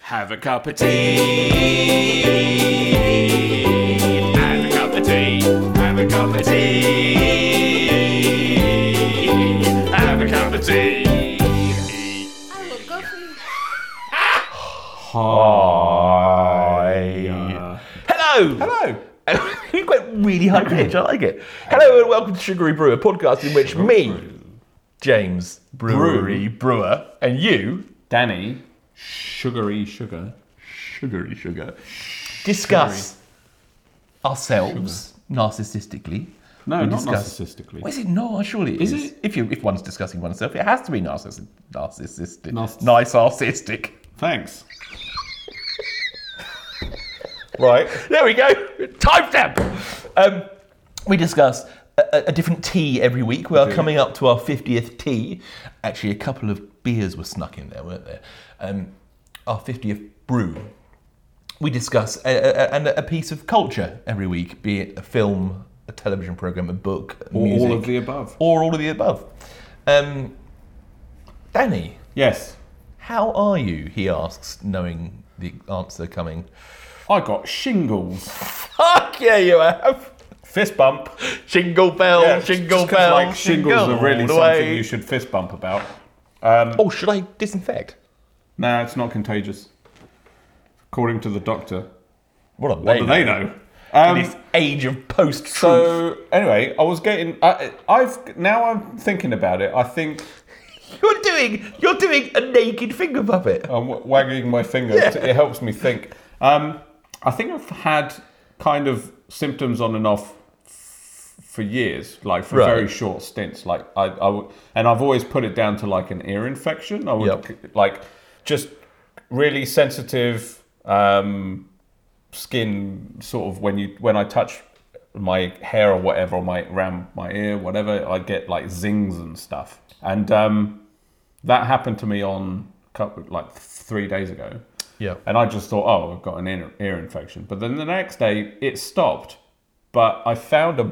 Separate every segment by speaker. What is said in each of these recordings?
Speaker 1: Have a cup of tea. Have a cup of tea. Have a cup of tea. Have a cup of tea.
Speaker 2: I will go for you.
Speaker 1: Hi.
Speaker 3: Hello!
Speaker 4: Hello.
Speaker 3: it went really high pitch. I like it. Hello and welcome to Sugary Brew, a podcast in which me, James Brewery Brewer, and you
Speaker 4: Danny, sugary sugar.
Speaker 3: Sugary Sugar discuss ourselves narcissistically.
Speaker 4: No,
Speaker 3: We
Speaker 4: not
Speaker 3: discuss-
Speaker 4: narcissistically.
Speaker 3: Well, is it not? Surely it
Speaker 4: Is
Speaker 3: is.
Speaker 4: it?
Speaker 3: If you if one's discussing oneself, it has to be narcissi- narcissistic.
Speaker 4: Narciss-
Speaker 3: Nice narcissistic.
Speaker 4: Thanks.
Speaker 3: Right. There we go. Timestamp. Um, we discuss a, a- a different tea every week. We are
Speaker 4: do.
Speaker 3: coming up to our 50th tea. Actually, a couple of beers were snuck in there, weren't there? Um, our 50th brew. We discuss a, a, a- and a piece of culture every week, be it a film, a television program, a book,
Speaker 4: Or
Speaker 3: music,
Speaker 4: all of the above.
Speaker 3: or all of the above. Um, Danny,
Speaker 4: Yes.
Speaker 3: how are you? He asks, knowing the answer coming.
Speaker 4: I got shingles.
Speaker 3: Fuck yeah, you have.
Speaker 4: Fist bump.
Speaker 3: Jingle bell,
Speaker 4: Yeah,
Speaker 3: jingle
Speaker 4: just 'cause,
Speaker 3: bell.
Speaker 4: Like shingles
Speaker 3: jingle
Speaker 4: are really
Speaker 3: all the
Speaker 4: something
Speaker 3: way.
Speaker 4: you should fist bump about.
Speaker 3: Oh, should I disinfect?
Speaker 4: No, it's not contagious. According to the doctor.
Speaker 3: What are
Speaker 4: What
Speaker 3: they?
Speaker 4: do they know?
Speaker 3: In
Speaker 4: Um,
Speaker 3: this age of post truth.
Speaker 4: so anyway, I was getting. I, I've now. I'm thinking about it. I think
Speaker 3: you're doing you're doing a naked finger puppet.
Speaker 4: I'm w- wagging my finger. It helps me think. Um, I think I've had kind of symptoms on and off f- for years, like for
Speaker 3: Right.
Speaker 4: very short stints. Like I, I w- and I've always put it down to like an ear infection. I would
Speaker 3: Yep.
Speaker 4: c- like just really sensitive um, skin, sort of when you when I touch my hair or whatever, or my around my ear, whatever, I get like zings and stuff. And um, that happened to me on couple, like three days ago.
Speaker 3: Yeah.
Speaker 4: And I just thought, oh, I've got an ear, ear infection. But then the next day, it stopped. But I found a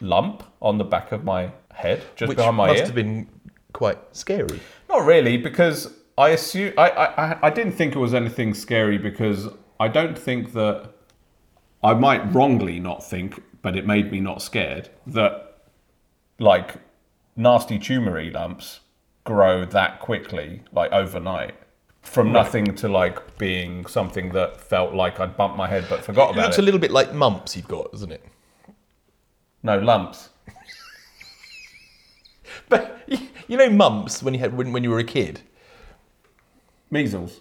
Speaker 4: lump on the back of my head, just
Speaker 3: Which
Speaker 4: behind my
Speaker 3: must
Speaker 4: ear.
Speaker 3: have been quite scary.
Speaker 4: Not really, because I assume I, I I- I didn't think it was anything scary because I don't think that I might wrongly not think, but it made me not scared that like nasty tumory lumps grow that quickly, like overnight. From nothing to like being something that felt like I'd bumped my head but forgot
Speaker 3: It
Speaker 4: about
Speaker 3: looks
Speaker 4: it.
Speaker 3: a little bit like mumps you've got, doesn't it?
Speaker 4: no lumps.
Speaker 3: But you- you know mumps when you had when, when you were a kid.
Speaker 4: Measles.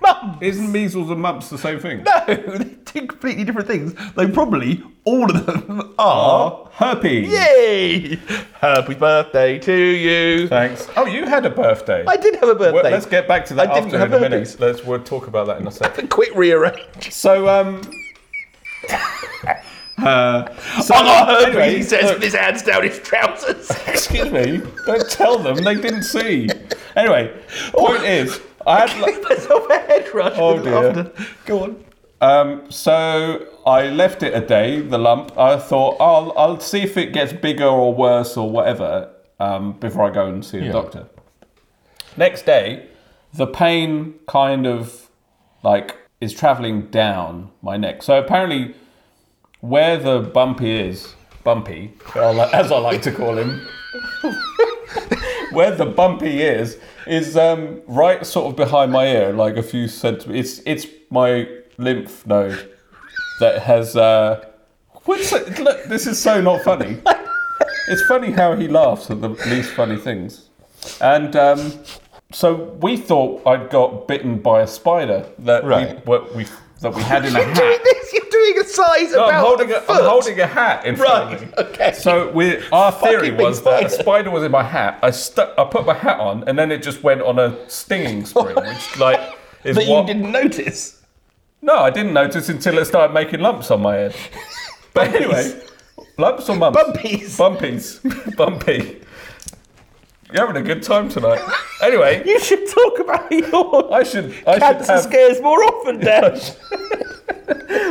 Speaker 3: Mum,
Speaker 4: Isn't measles and mumps the same thing?
Speaker 3: no, they're two completely different things. Though probably all of them are.
Speaker 4: Herpes.
Speaker 3: Yay! Happy birthday to you.
Speaker 4: Thanks. Oh, you had a birthday.
Speaker 3: I did have a birthday.
Speaker 4: Well, let's get back to that
Speaker 3: I didn't
Speaker 4: after
Speaker 3: have
Speaker 4: in a minute.
Speaker 3: herpes.
Speaker 4: Let's we'll talk about that in a sec.
Speaker 3: Quick rearrange.
Speaker 4: So um. uh, so,
Speaker 3: I got herpes,
Speaker 4: anyway,
Speaker 3: he says,
Speaker 4: look,
Speaker 3: with his hands down his trousers.
Speaker 4: excuse me. Don't tell them they didn't see. Anyway, point is, I had.
Speaker 3: Give myself a head rush.
Speaker 4: Oh,
Speaker 3: with
Speaker 4: dear.
Speaker 3: laughter. Go on.
Speaker 4: Um, so I left it a day, the lump. I thought I'll I'll see if it gets bigger or worse or whatever um, before I go and see a doctor. Next day, the pain kind of like is traveling down my neck. So apparently, where the bumpy is, bumpy, or li- as I like to call him, where the bumpy is, is um, right sort of behind my ear, like a few centimeters. It's it's my lymph node that has. Uh, what's it? Look, this is so not funny. It's funny how he laughs at the least funny things, and. Um, so we thought I'd got bitten by a spider that
Speaker 3: Right.
Speaker 4: we, what we that we had in a
Speaker 3: You're doing
Speaker 4: hat.
Speaker 3: this, you're doing a size
Speaker 4: No,
Speaker 3: about
Speaker 4: I'm holding,
Speaker 3: a,
Speaker 4: a,
Speaker 3: foot.
Speaker 4: I'm holding a hat in front of me.
Speaker 3: Right, okay.
Speaker 4: So we, our theory
Speaker 3: Fucking big
Speaker 4: was that a
Speaker 3: spider.
Speaker 4: spider was in my hat. I stuck, I put my hat on, and then it just went on a stinging spree, which like is
Speaker 3: that
Speaker 4: what.
Speaker 3: you didn't notice.
Speaker 4: No, I didn't notice until it started making lumps on my head. But anyway, lumps or mumps?
Speaker 3: Bumpies.
Speaker 4: Bumpies. Bumpy. You're having a good time tonight. Anyway,
Speaker 3: You should talk about your
Speaker 4: I should. I should have,
Speaker 3: scares more often, Dan.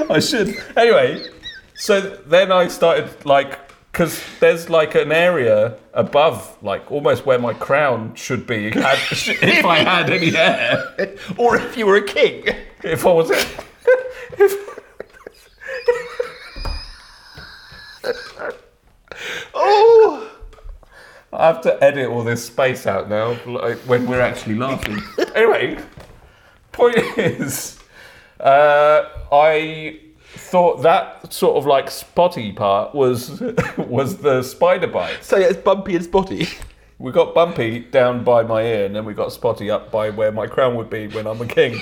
Speaker 4: I should. Anyway, so then I started like because there's like an area above, like almost where my crown should be, had- if I had any hair.
Speaker 3: or if you were a king.
Speaker 4: If I was, if,
Speaker 3: Oh,
Speaker 4: I have to edit all this space out now like, when we're actually laughing. anyway, point is, uh, I thought that sort of like spotty part was was the spider bite.
Speaker 3: so yeah, it's bumpy and spotty.
Speaker 4: We got Bumpy down by my ear, and then we got Spotty up by where my crown would be when I'm a king.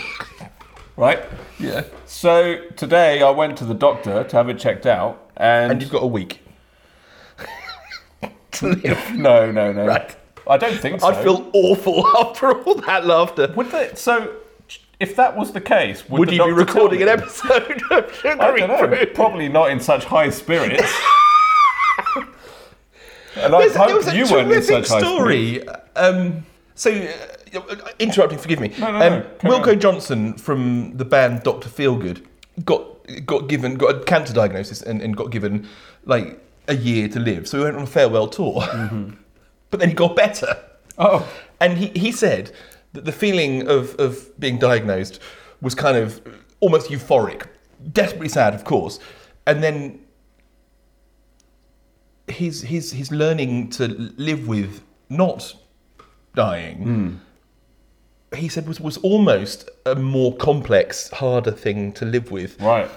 Speaker 4: right?
Speaker 3: Yeah,
Speaker 4: So today I went to the doctor to have it checked out, and,
Speaker 3: and you've got a week. to live.
Speaker 4: no, no, no.
Speaker 3: Right.
Speaker 4: I don't think so.
Speaker 3: I feel awful after all that laughter.
Speaker 4: Would they, so. If that was the case, would,
Speaker 3: Would
Speaker 4: the
Speaker 3: you
Speaker 4: doctor
Speaker 3: be
Speaker 4: tell
Speaker 3: recording
Speaker 4: me?
Speaker 3: an episode of
Speaker 4: I
Speaker 3: Sugary
Speaker 4: don't know.
Speaker 3: Fruit?
Speaker 4: Probably not in such high spirits. and I
Speaker 3: There's-
Speaker 4: hope you weren't in such high spirits.
Speaker 3: story. Um, so, uh, interrupting, forgive me.
Speaker 4: No, no, no,
Speaker 3: um,
Speaker 4: carry
Speaker 3: Wilco
Speaker 4: on.
Speaker 3: Johnson from the band Doctor Feelgood got got given got a cancer diagnosis and, and got given like a year to live. So he went on a farewell tour,
Speaker 4: Mm-hmm.
Speaker 3: but then he got better,
Speaker 4: Oh,
Speaker 3: and he, he said that the feeling of of being diagnosed was kind of almost euphoric, desperately sad, of course, and then he's he's he's learning to live with not dying. He said was was almost a more complex, harder thing to live with,
Speaker 4: right.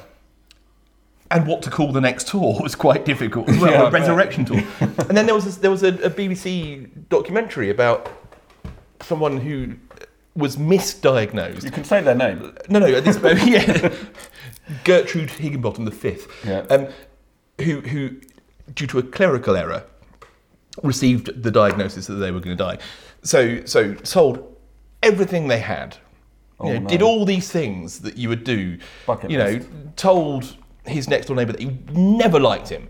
Speaker 3: and what to call the next tour was quite difficult. as Well,
Speaker 4: Yeah, I
Speaker 3: a
Speaker 4: bet.
Speaker 3: resurrection tour, and then there was this, there was a, a BBC documentary about someone who was misdiagnosed.
Speaker 4: You can say their name.
Speaker 3: No, no, at this moment, yeah, Gertrude Higginbottom the fifth,
Speaker 4: Yeah.
Speaker 3: um, who who due to a clerical error received the diagnosis that they were going to die. So so sold everything they had. You know,
Speaker 4: Oh, no.
Speaker 3: Did all these things that you would do.
Speaker 4: Bucket
Speaker 3: you know,
Speaker 4: list.
Speaker 3: told his next door neighbour that he never liked him.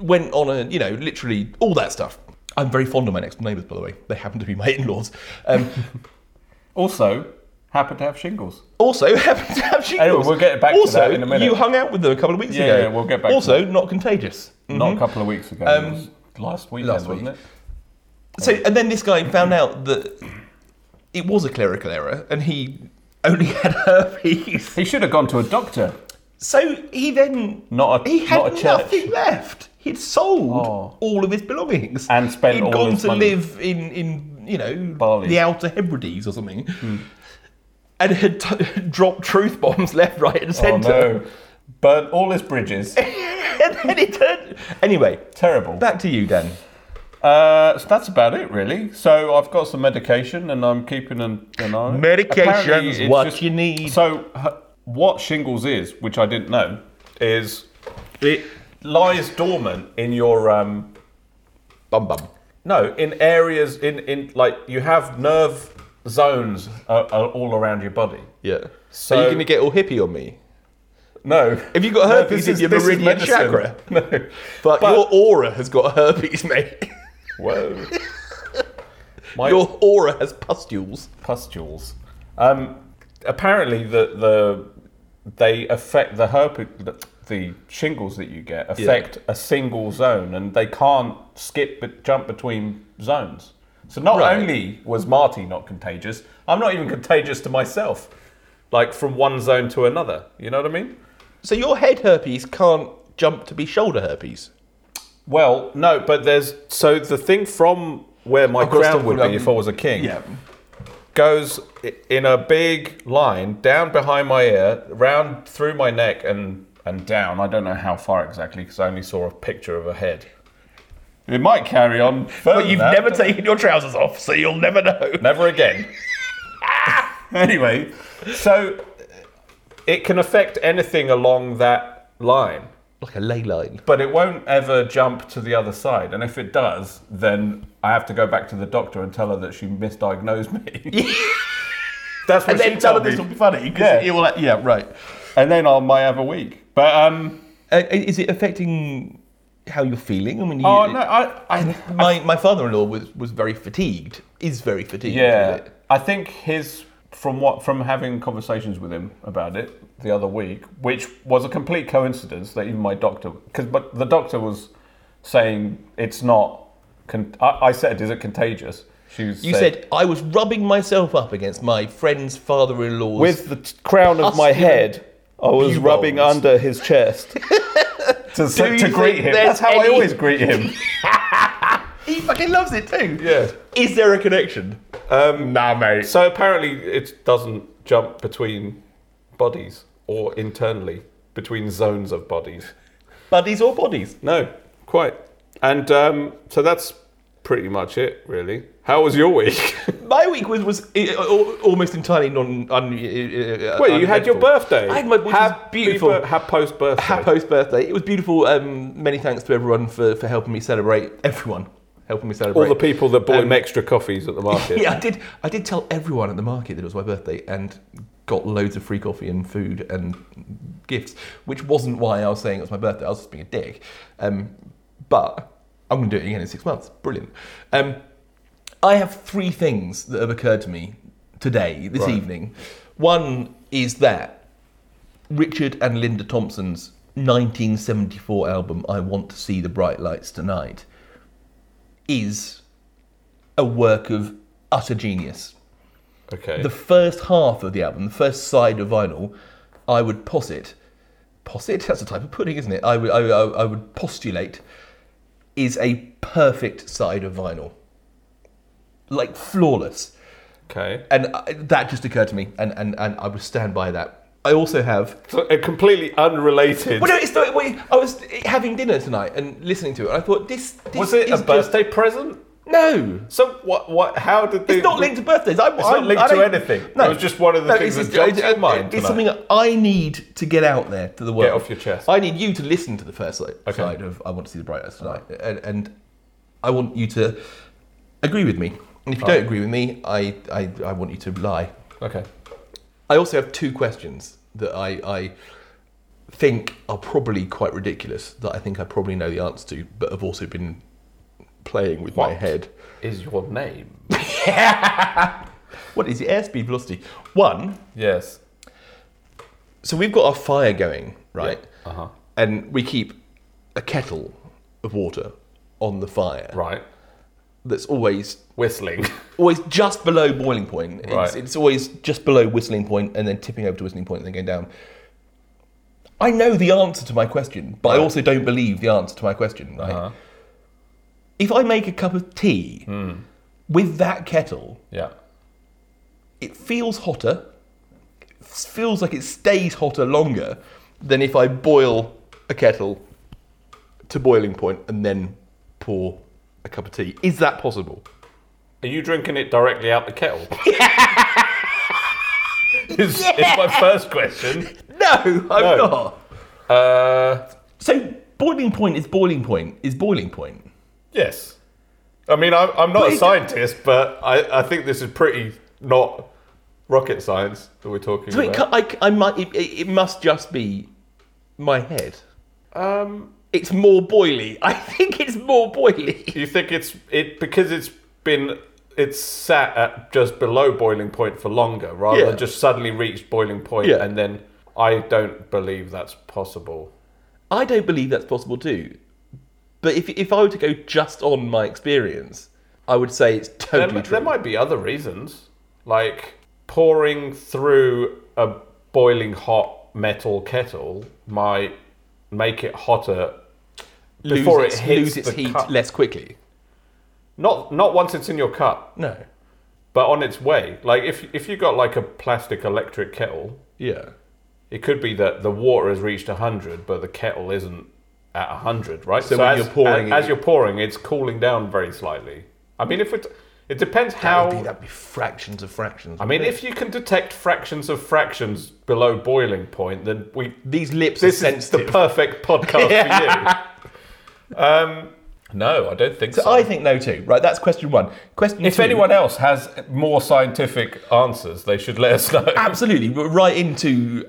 Speaker 3: Went on a you know literally all that stuff. I'm very fond of my next door neighbours, by the way. They happen to be my in-laws. Um,
Speaker 4: Also, happen to have shingles.
Speaker 3: Also, happened to have shingles.
Speaker 4: Anyway, we'll get back to
Speaker 3: also,
Speaker 4: that in a minute.
Speaker 3: you hung out with them a couple of weeks
Speaker 4: Yeah,
Speaker 3: ago.
Speaker 4: yeah, we'll get back to
Speaker 3: Also, not contagious.
Speaker 4: Not a couple of weeks ago. it
Speaker 3: Mm-hmm. Um,
Speaker 4: was last weekend,
Speaker 3: last
Speaker 4: wasn't
Speaker 3: week.
Speaker 4: it?
Speaker 3: So, and then this guy found out that it was a clerical error, and he only had herpes.
Speaker 4: He should have gone to a doctor,
Speaker 3: So he then
Speaker 4: not a
Speaker 3: he had
Speaker 4: not a church.
Speaker 3: nothing left. He'd sold
Speaker 4: Oh.
Speaker 3: all of his belongings
Speaker 4: And spent
Speaker 3: He'd
Speaker 4: all
Speaker 3: gone
Speaker 4: his
Speaker 3: to
Speaker 4: money.
Speaker 3: live in in you know
Speaker 4: Bali. Hmm.
Speaker 3: the Outer Hebrides or something, and had t- dropped truth bombs left, right, and
Speaker 4: Oh
Speaker 3: centre.
Speaker 4: no! Burnt all his bridges.
Speaker 3: and then he turned. Anyway,
Speaker 4: Terrible.
Speaker 3: back to you, Dan.
Speaker 4: Uh, so that's about it, really. So I've got some medication, and I'm keeping an, an eye. on it.
Speaker 3: Medication's
Speaker 4: Apparently it's
Speaker 3: what you need.
Speaker 4: So h- what shingles is, which I didn't know, is it lies dormant in your um,
Speaker 3: Bum bum.
Speaker 4: No, in areas in in like you have nerve zones uh, uh, all around your body.
Speaker 3: Yeah.
Speaker 4: So-
Speaker 3: Are you going to get all hippie on me?
Speaker 4: No,
Speaker 3: If you got
Speaker 4: No, this
Speaker 3: herpes in
Speaker 4: is-
Speaker 3: your
Speaker 4: this is
Speaker 3: meridian
Speaker 4: medicine.
Speaker 3: chakra,
Speaker 4: No,
Speaker 3: but, your aura has got herpes, mate.
Speaker 4: whoa, my
Speaker 3: your aura has pustules.
Speaker 4: pustules. Um, apparently the the they affect the herpes the, the shingles that you get affect a single zone, and they can't skip but jump between zones. So not
Speaker 3: Right.
Speaker 4: only was Marty not contagious, I'm not even contagious to myself, like from one zone to another. You know what I mean?
Speaker 3: So your head herpes can't jump to be shoulder herpes.
Speaker 4: Well, no, but there's so the thing from where my
Speaker 3: course,
Speaker 4: crown would
Speaker 3: um,
Speaker 4: be if I was a king. goes i- in a big line down behind my ear, round through my neck, and and down. I don't know how far exactly because I only saw a picture of a head. It might carry on, further
Speaker 3: But you've
Speaker 4: than that,
Speaker 3: never
Speaker 4: but-
Speaker 3: taken your trousers off, so you'll never know.
Speaker 4: never again. anyway, so it can affect anything along that line,
Speaker 3: Like a ley line.
Speaker 4: but it won't ever jump to the other side. And if it does, then I have to go back to the doctor and tell her that she misdiagnosed me. That's what
Speaker 3: And
Speaker 4: she
Speaker 3: then some
Speaker 4: told
Speaker 3: of
Speaker 4: me.
Speaker 3: this will be funny
Speaker 4: Yeah.
Speaker 3: because will. Yeah, right.
Speaker 4: and then I might have a week. But um,
Speaker 3: Uh, is it affecting how you're feeling? I mean, you,
Speaker 4: oh no, I, I
Speaker 3: my, my father-in-law was, was very fatigued. Is very fatigued. with
Speaker 4: yeah,
Speaker 3: it.
Speaker 4: I think his from what from having conversations with him about it the other week, which was a complete coincidence that even my doctor, because but the doctor was saying it's not. Con- I, I said, is it contagious? She
Speaker 3: You said I was rubbing myself up against my friend's father-in-law's.
Speaker 2: With the t- crown of my
Speaker 3: Us, you know,
Speaker 2: head, I was
Speaker 3: puboles.
Speaker 2: rubbing under his chest.
Speaker 4: to, to
Speaker 3: you think
Speaker 4: greet him. That's
Speaker 3: there's
Speaker 4: how I
Speaker 3: any-
Speaker 4: always greet him.
Speaker 3: he fucking loves it too.
Speaker 4: Yeah.
Speaker 3: Is there a connection?
Speaker 4: Um,
Speaker 1: Nah, mate.
Speaker 4: so apparently, it doesn't jump between bodies or internally between zones of bodies.
Speaker 3: Buddies or bodies?
Speaker 4: No, quite. And um, so that's pretty much it, really. How was your week?
Speaker 3: My week was was uh, al- almost entirely non. Un, uh,
Speaker 4: Well, you had your birthday.
Speaker 3: I had my which was beautiful.
Speaker 4: post birthday.
Speaker 3: Hapo's birthday. It was beautiful. Um, many thanks to everyone for, for helping me celebrate. Everyone helping me celebrate.
Speaker 4: All the people that bought
Speaker 3: Um,
Speaker 4: him extra coffees at the market.
Speaker 3: Yeah, I did. I did tell everyone at the market that it was my birthday and got loads of free coffee and food and gifts, which wasn't why I was saying it was my birthday. I was just being a dick. Um, but I'm going to do it again in six months. Brilliant. Um, I have three things that have occurred to me today, this evening. One is that Richard and Linda Thompson's 1974 album, I Want to See the Bright Lights Tonight, is a work of utter genius.
Speaker 4: Okay.
Speaker 3: The first half of the album, the first side of vinyl, I would posit, posit, that's a type of pudding, isn't it? I would, I, I- I would postulate, is a perfect side of vinyl. Like flawless.
Speaker 4: okay.
Speaker 3: And I, that just occurred to me, and, and, and I would stand by that. I also have
Speaker 4: So, uh, completely unrelated.
Speaker 3: well, no, it's the way I was having dinner tonight and listening to it. And I thought this, this
Speaker 4: was it
Speaker 3: is
Speaker 4: a
Speaker 3: just-
Speaker 4: birthday present?
Speaker 3: No,
Speaker 4: So what? What? How did they?
Speaker 3: It's not linked to birthdays. I,
Speaker 4: It's not linked to anything.
Speaker 3: No,
Speaker 4: It was just one of the things
Speaker 3: it's
Speaker 4: that jumped
Speaker 3: it's-
Speaker 4: to mind
Speaker 3: It's
Speaker 4: tonight.
Speaker 3: something that I need to get out there to the world.
Speaker 4: off your chest.
Speaker 3: I need you to listen to the first si-
Speaker 4: Okay.
Speaker 3: side of "I Want to See the Bright Lights Tonight," and, and I want you to agree with me. And if you don't agree with me, I, I, I want you to lie.
Speaker 4: Okay.
Speaker 3: I also have two questions that I, I think are probably quite ridiculous that I think I probably know the answer to, but have also been playing with my
Speaker 4: What?
Speaker 3: head.
Speaker 4: Is your name?
Speaker 3: What is the airspeed velocity? One.
Speaker 4: Yes.
Speaker 3: so we've got our fire going, right?
Speaker 4: Uh huh.
Speaker 3: And we keep a kettle of water on the fire
Speaker 4: Right.
Speaker 3: that's always
Speaker 4: Whistling.
Speaker 3: always just below boiling point. It's,
Speaker 4: Right.
Speaker 3: it's always just below whistling point and then tipping over to whistling point and then going down. I know the answer to my question, but I also don't believe the answer to my question, right?
Speaker 4: Uh-huh.
Speaker 3: If I make a cup of tea
Speaker 4: Hmm.
Speaker 3: with that kettle,
Speaker 4: yeah.
Speaker 3: it feels hotter. It feels like it stays hotter longer than if I boil a kettle to boiling point and then pour a cup of tea. Is that possible?
Speaker 4: Are you drinking it directly out the kettle? It's my first question.
Speaker 3: No, I'm
Speaker 4: No.
Speaker 3: not.
Speaker 4: Uh,
Speaker 3: So boiling point is boiling point is boiling point.
Speaker 4: yes. I mean, I'm, I'm not
Speaker 3: Please-
Speaker 4: a scientist, but I, I think this is pretty not rocket science that we're talking
Speaker 3: So it,
Speaker 4: about.
Speaker 3: ca- I, I might, it, it it must just be my head.
Speaker 4: Um,
Speaker 3: It's more boily. I think it's more boily.
Speaker 4: do you think it's it because it's been it's sat at just below boiling point for longer rather
Speaker 3: Yeah.
Speaker 4: than just suddenly reached boiling point
Speaker 3: Yeah.
Speaker 4: and then I don't believe that's possible.
Speaker 3: I don't believe that's possible too. But if, if I were to go just on my experience, I would say it's
Speaker 4: There,
Speaker 3: totally
Speaker 4: mi-
Speaker 3: true.
Speaker 4: there might be other reasons, like pouring through a boiling hot metal kettle might make it hotter before
Speaker 3: lose
Speaker 4: it
Speaker 3: its,
Speaker 4: hits
Speaker 3: lose its
Speaker 4: the
Speaker 3: heat
Speaker 4: cup.
Speaker 3: less quickly.
Speaker 4: Not not once it's in your cup,
Speaker 3: No.
Speaker 4: but on its way. Like if if you got like a plastic electric kettle,
Speaker 3: Yeah.
Speaker 4: It could be that the water has reached 100, but the kettle isn't at 100, right? So,
Speaker 3: when
Speaker 4: as,
Speaker 3: you're pouring
Speaker 4: as,
Speaker 3: it-
Speaker 4: as you're pouring, it's cooling down very slightly. I mean, if it it depends
Speaker 3: That would be,
Speaker 4: how.
Speaker 3: that'd be fractions of fractions.
Speaker 4: I mean, if you can detect fractions of fractions below boiling point, then we
Speaker 3: these lips
Speaker 4: this
Speaker 3: are
Speaker 4: is
Speaker 3: sensitive.
Speaker 4: the perfect podcast for you. Um, no, I don't think so.
Speaker 3: So I think no too. Right, that's question one. Question
Speaker 4: if
Speaker 3: two.
Speaker 4: anyone else has more scientific answers, they should let us know.
Speaker 3: Absolutely, but right into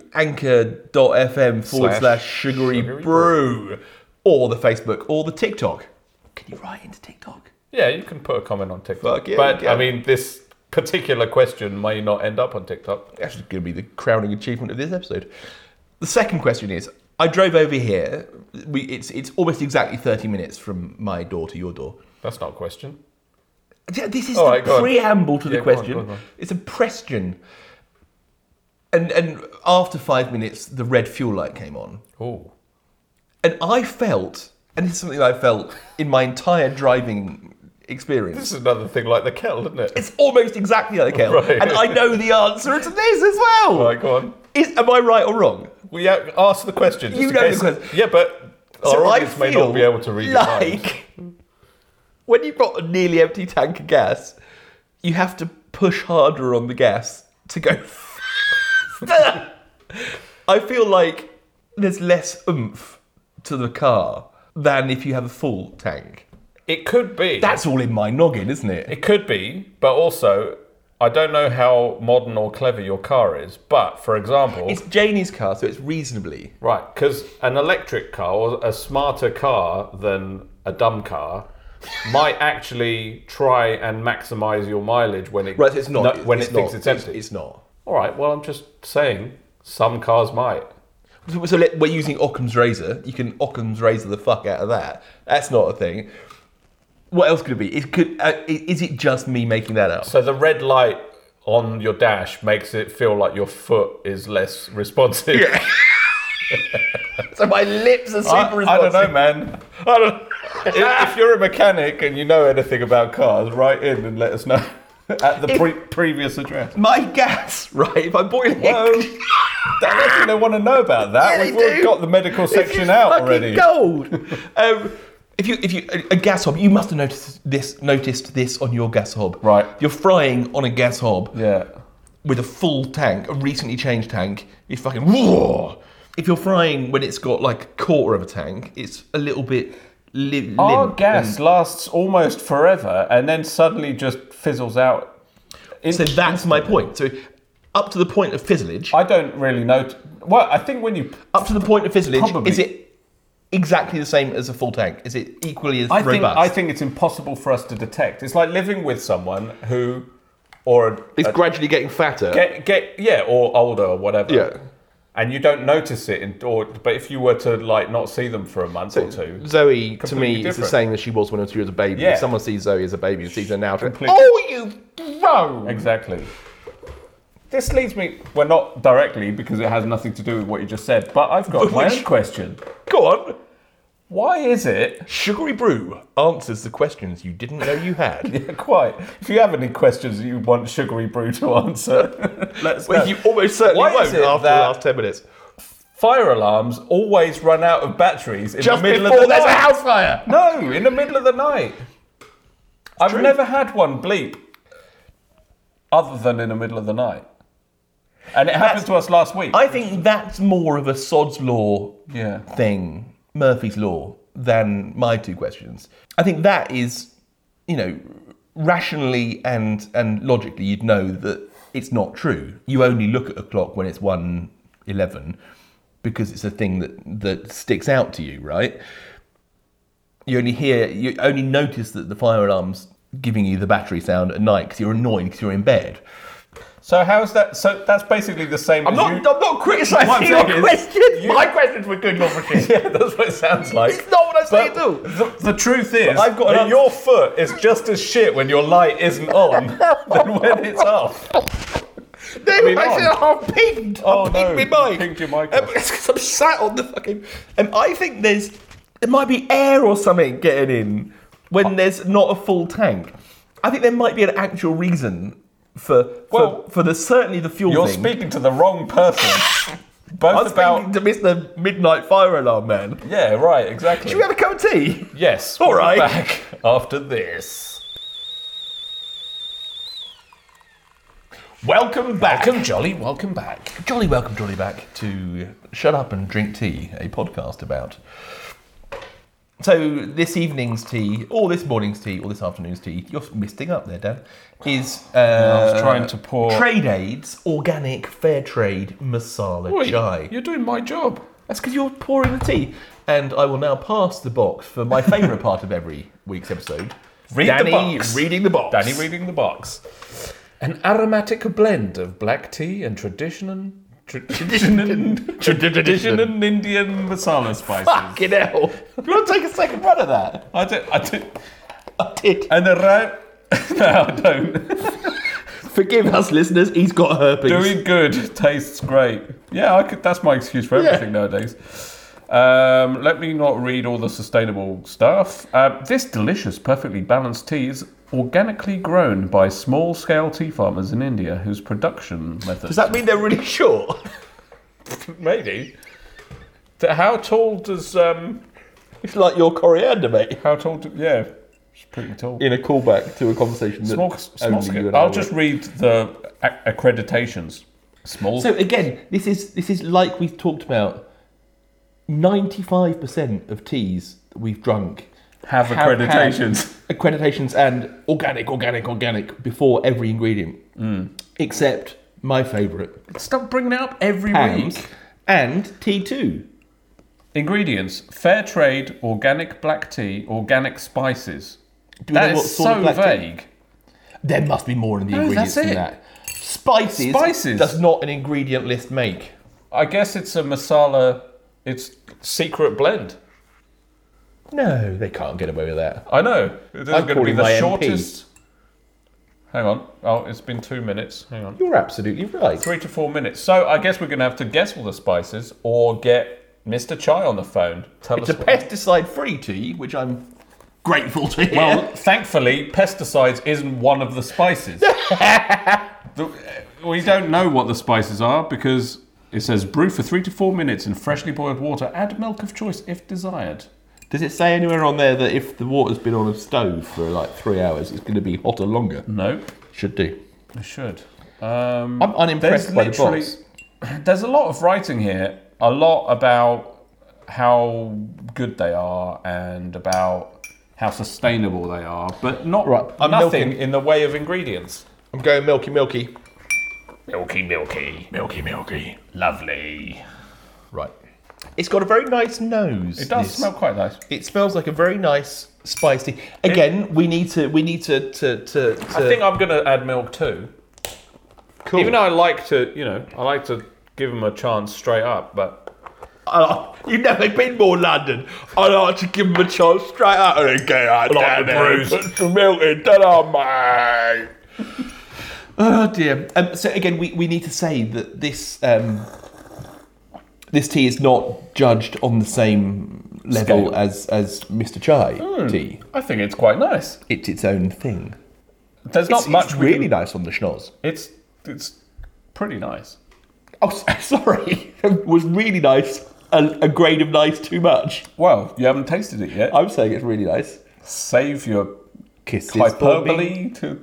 Speaker 3: anchor.fm forward
Speaker 4: Slash
Speaker 3: slash sugary
Speaker 4: sugary
Speaker 3: brew or the Facebook or the TikTok. Can you write into TikTok?
Speaker 4: Yeah, you can put a comment on TikTok.
Speaker 3: Fuck yeah,
Speaker 4: but
Speaker 3: you can.
Speaker 4: I mean, this particular question may not end up on TikTok.
Speaker 3: That's going to be the crowning achievement of this episode. The second question is I drove over here. We, it's it's almost exactly thirty minutes from my door to your door.
Speaker 5: That's not a question.
Speaker 3: Th- This is
Speaker 5: All
Speaker 3: the
Speaker 5: right, go on.
Speaker 3: preamble to
Speaker 5: Yeah,
Speaker 3: the
Speaker 5: go on,
Speaker 3: question.
Speaker 5: go on, go on.
Speaker 3: It's a question. And and after five minutes, the red fuel light came on,
Speaker 5: Oh.
Speaker 3: and I felt, and it's something I felt in my entire driving experience.
Speaker 5: This is another thing like the kettle, isn't it?
Speaker 3: It's almost exactly like Kel,
Speaker 5: Right.
Speaker 3: and I know the answer to this as well.
Speaker 5: All right, go on.
Speaker 3: Is, am I right or wrong?
Speaker 5: We a- ask the question. Just
Speaker 3: You
Speaker 5: in
Speaker 3: know the
Speaker 5: case-
Speaker 3: question.
Speaker 5: Yeah, but our audience may not be able to read your
Speaker 3: like
Speaker 5: minds.
Speaker 3: when you've got a nearly empty tank of gas, you have to push harder on the gas to go faster. I feel like there's less oomph to the car than if you have a full tank.
Speaker 5: It could be.
Speaker 3: That's all in my noggin, isn't it?
Speaker 5: It could be, but also, I don't know how modern or clever your car is. But for example,
Speaker 3: It's Janie's car, so it's reasonably.
Speaker 5: right, because an electric car or a smarter car than a dumb car might actually try and maximize your mileage when it
Speaker 3: Right, so it's not.
Speaker 5: no, when it thinks
Speaker 3: not,
Speaker 5: it's empty.
Speaker 3: It's, not.
Speaker 5: All right. Well, I'm just saying, some cars might.
Speaker 3: So, so let, we're using Occam's razor. You can Occam's razor the fuck out of that. That's not a thing. What else could it be? It could. Uh, i- is it just me making that up?
Speaker 5: So the red light on your dash makes it feel like your foot is less responsive.
Speaker 3: So my lips are super
Speaker 4: I, I don't know,
Speaker 3: responsive.
Speaker 4: man. I don't, if, if you're a mechanic and you know anything about cars, write in and let us know at the pre- previous address.
Speaker 3: My gas, right? If I'm boiling
Speaker 4: Well, I don't think they want to know about that.
Speaker 3: Yeah,
Speaker 4: We've
Speaker 3: they
Speaker 4: already
Speaker 3: do.
Speaker 4: got the medical
Speaker 3: This
Speaker 4: section
Speaker 3: is
Speaker 4: out
Speaker 3: fucking
Speaker 4: already.
Speaker 3: Gold. um, if you if you a, a gas hob, you must have noticed this noticed this on your gas hob.
Speaker 4: Right.
Speaker 3: You're frying on a gas hob
Speaker 4: Yeah.
Speaker 3: with a full tank, a recently changed tank. It's fucking whoa. If you're frying when it's got like a quarter of a tank, it's a little bit li-
Speaker 4: Our
Speaker 3: limp.
Speaker 4: Oh, gas lasts almost forever and then suddenly just fizzles out. In-
Speaker 3: So that's my point. So up to the point of fizzlage,
Speaker 4: I don't really know. T- well, I think when you
Speaker 3: up to the point of fizzlage,
Speaker 4: Probably.
Speaker 3: is it exactly the same as a full tank? Is it equally as
Speaker 4: I
Speaker 3: robust?
Speaker 4: think I think it's impossible for us to detect. It's like living with someone who, or a,
Speaker 3: it's gradually getting fatter.
Speaker 4: get get yeah, or older or whatever.
Speaker 2: Yeah.
Speaker 4: And you don't notice it, in, or but if you were to like not see them for a month or two,
Speaker 2: Zoe, to me,
Speaker 4: Completely
Speaker 2: is the
Speaker 4: different.
Speaker 2: same as she was when I was a baby.
Speaker 4: Yeah.
Speaker 2: If someone sees Zoe as a baby and sees her now, she'll go,
Speaker 4: Completely.
Speaker 2: oh, you grown!
Speaker 4: exactly. This leads me well, not directly because it has nothing to do with what you just said, but I've got my own question.
Speaker 3: Go on.
Speaker 4: Why is it
Speaker 3: Sugary Brew answers the questions you didn't know you had.
Speaker 4: Yeah, quite. If you have any questions that you want Sugary Brew to answer, let's know.
Speaker 2: Well, you almost certainly
Speaker 4: Why is
Speaker 2: won't
Speaker 4: it
Speaker 2: after the
Speaker 4: that-
Speaker 2: last 10 minutes.
Speaker 4: Fire alarms always run out of batteries in
Speaker 2: Just
Speaker 4: the middle
Speaker 2: before
Speaker 4: of the
Speaker 2: there's a
Speaker 4: night.
Speaker 2: house fire!
Speaker 4: No, in the middle of the night. I've never had one bleep other than in the middle of the night. And it happened to us last week.
Speaker 3: I think that's more of a Sod's Law
Speaker 4: Yeah.
Speaker 3: thing, Murphy's Law, than my two questions. I think that is, you know, rationally and, and logically, you'd know that it's not true. You only look at a clock when it's 1.11 because it's a thing that, that sticks out to you, right? you only hear you only notice that the fire alarm's giving you the battery sound at night because you're annoyed because you're in bed.
Speaker 4: So how's that? So that's basically the same.
Speaker 3: I'm
Speaker 4: as
Speaker 3: not.
Speaker 4: you-
Speaker 3: I'm not
Speaker 4: What I'm
Speaker 3: criticising
Speaker 4: saying
Speaker 3: your
Speaker 4: is,
Speaker 3: questions.
Speaker 4: you-
Speaker 3: My questions were good, not for shit.
Speaker 4: yeah, that's what it sounds like.
Speaker 3: It's not what I'm saying
Speaker 4: But
Speaker 3: at all.
Speaker 4: The, the truth is,
Speaker 3: I've got an
Speaker 4: that
Speaker 3: answer.
Speaker 4: your foot is just as shit when your light isn't on than when it's off.
Speaker 3: No,
Speaker 4: mean,
Speaker 3: I said
Speaker 4: on.
Speaker 3: I'm pinged.
Speaker 4: Oh,
Speaker 3: I'm
Speaker 4: no,
Speaker 3: pinged with
Speaker 4: you
Speaker 3: mic.
Speaker 4: pinged your mic
Speaker 3: Um,
Speaker 4: off.
Speaker 3: it's 'cause I'm sat on the fucking. Um, I think there's there might be air or something getting in
Speaker 4: Oh.
Speaker 3: when there's not a full tank. I think there might be an actual reason for for,
Speaker 4: Well,
Speaker 3: for the certainly the fuel
Speaker 4: You're
Speaker 3: thing.
Speaker 4: speaking to the wrong person. Both
Speaker 3: I was
Speaker 4: about
Speaker 3: speaking to Mr. Midnight Fire Alarm Man.
Speaker 4: yeah, right, exactly.
Speaker 3: Should we have a cup of tea?
Speaker 4: yes,
Speaker 3: All
Speaker 4: we'll be
Speaker 3: right.
Speaker 4: Back after this.
Speaker 3: Welcome back.
Speaker 5: Welcome, Jolly. Welcome back.
Speaker 3: Jolly welcome, jolly back to Shut Up and Drink Tea, a podcast about. So, this evening's tea, or this morning's tea, or this afternoon's tea, you're misting up there, Dan, is. Uh, I
Speaker 4: was trying to pour-
Speaker 3: Trade Aid's Organic Fair Trade Masala Chai.
Speaker 5: You're doing my job.
Speaker 3: That's because you're pouring the tea. And I will now pass the box for my favourite part of every week's episode.
Speaker 4: Read
Speaker 3: Danny
Speaker 4: the box.
Speaker 3: reading the box.
Speaker 4: Danny reading the box.
Speaker 5: An aromatic blend of black tea and traditional
Speaker 4: Tradition and, tradition and Indian masala spices.
Speaker 3: Fucking hell. Do you want to take a second run at that?
Speaker 4: I don't. I don't.
Speaker 3: I did.
Speaker 4: And the ra- no, I don't.
Speaker 3: Forgive us, listeners. He's got herpes.
Speaker 4: Doing good tastes great. Yeah, I could, that's my excuse for everything nowadays. Um, let me not read all the sustainable stuff. Uh, this delicious, perfectly balanced tea is organically grown by small-scale tea farmers in India, whose production methods.
Speaker 3: Does that mean they're really short?
Speaker 4: maybe? How tall does um?
Speaker 3: It's like your coriander, mate.
Speaker 4: How tall? Do, yeah, it's pretty tall.
Speaker 2: In a callback to a conversation that
Speaker 4: Small, small
Speaker 2: only you
Speaker 4: scale.
Speaker 2: and I
Speaker 4: I'll
Speaker 2: were.
Speaker 4: just read the ac- accreditations. Small.
Speaker 3: So again, this is this is like we've talked about. Ninety-five percent of teas that we've drunk
Speaker 4: have
Speaker 3: have had
Speaker 4: accreditations.
Speaker 3: accreditations, and organic, organic, organic before every ingredient, except my favourite,
Speaker 4: Stop bringing it up every
Speaker 3: hams
Speaker 4: week.
Speaker 3: and tea two.
Speaker 4: Ingredients: fair trade, organic black tea, organic spices.
Speaker 3: Do we
Speaker 4: That
Speaker 3: know what
Speaker 4: is
Speaker 3: sort of
Speaker 4: so
Speaker 3: black tea?
Speaker 4: vague.
Speaker 3: There must be more in the
Speaker 4: No,
Speaker 3: ingredients
Speaker 4: that's
Speaker 3: than
Speaker 4: it.
Speaker 3: that. Spices,
Speaker 4: Spices.
Speaker 3: does not an ingredient list make.
Speaker 4: I guess it's a masala. It's secret blend.
Speaker 3: No, they can't get away with that.
Speaker 4: I know. This is
Speaker 3: I'm
Speaker 4: going to be
Speaker 3: calling my
Speaker 4: the
Speaker 3: MP.
Speaker 4: shortest. Hang on. Oh, it's been two minutes. Hang on.
Speaker 3: You're absolutely right.
Speaker 4: Three to four minutes. So I guess we're going to have to guess all the spices or get Mr. Chai on the phone. Tell
Speaker 3: It's a
Speaker 4: us. what-
Speaker 3: pesticide-free tea, which I'm grateful to hear.
Speaker 4: Well, thankfully, pesticides isn't one of the spices. The- we don't know what the spices are because it says brew for three to four minutes in freshly boiled water. Add milk of choice if desired.
Speaker 3: Does it say anywhere on there that if the water's been on a stove for like three hours, it's going to be hotter longer?
Speaker 4: Nope,
Speaker 3: Should do.
Speaker 4: I should. Um,
Speaker 3: I'm unimpressed by the
Speaker 4: literally-
Speaker 3: box.
Speaker 4: There's a lot of writing here, a lot about how good they are and about how sustainable they are, but not
Speaker 3: Right, I'm
Speaker 4: nothing
Speaker 3: milking-
Speaker 4: in the way of ingredients.
Speaker 2: I'm going milky, milky.
Speaker 4: Milky, milky, milky, milky, lovely.
Speaker 3: Right. It's got a very nice nose.
Speaker 4: It does
Speaker 3: this.
Speaker 4: smell quite nice.
Speaker 3: It smells like a very nice spicy. Again, we need to. We need to. To. To. to
Speaker 5: I think I'm going to add milk too.
Speaker 3: cool.
Speaker 5: Even though I like to, you know, I like to give him a chance straight up, but
Speaker 3: Oh, you've never been more London. I like to give them a chance straight out and then go out down
Speaker 5: the
Speaker 3: there
Speaker 5: bruise.
Speaker 3: and put some milk in. Ta-da, mate. Oh dear. Um, so again, we, we need to say that this um, this tea is not judged on the same level
Speaker 4: Scale.
Speaker 3: as as Mr. Chai
Speaker 5: Hmm.
Speaker 3: tea.
Speaker 4: I think it's quite nice.
Speaker 3: It's its own thing.
Speaker 4: There's not
Speaker 3: it's,
Speaker 4: much
Speaker 3: it's
Speaker 4: we
Speaker 3: really
Speaker 4: can-
Speaker 3: nice on the schnoz.
Speaker 4: It's it's pretty nice.
Speaker 3: Oh, s- sorry. was really nice. A, a grade of nice too much.
Speaker 4: Well, you haven't tasted it yet.
Speaker 3: I'm saying it's really nice.
Speaker 4: Save your
Speaker 3: Kisses for me.
Speaker 4: hyperbole to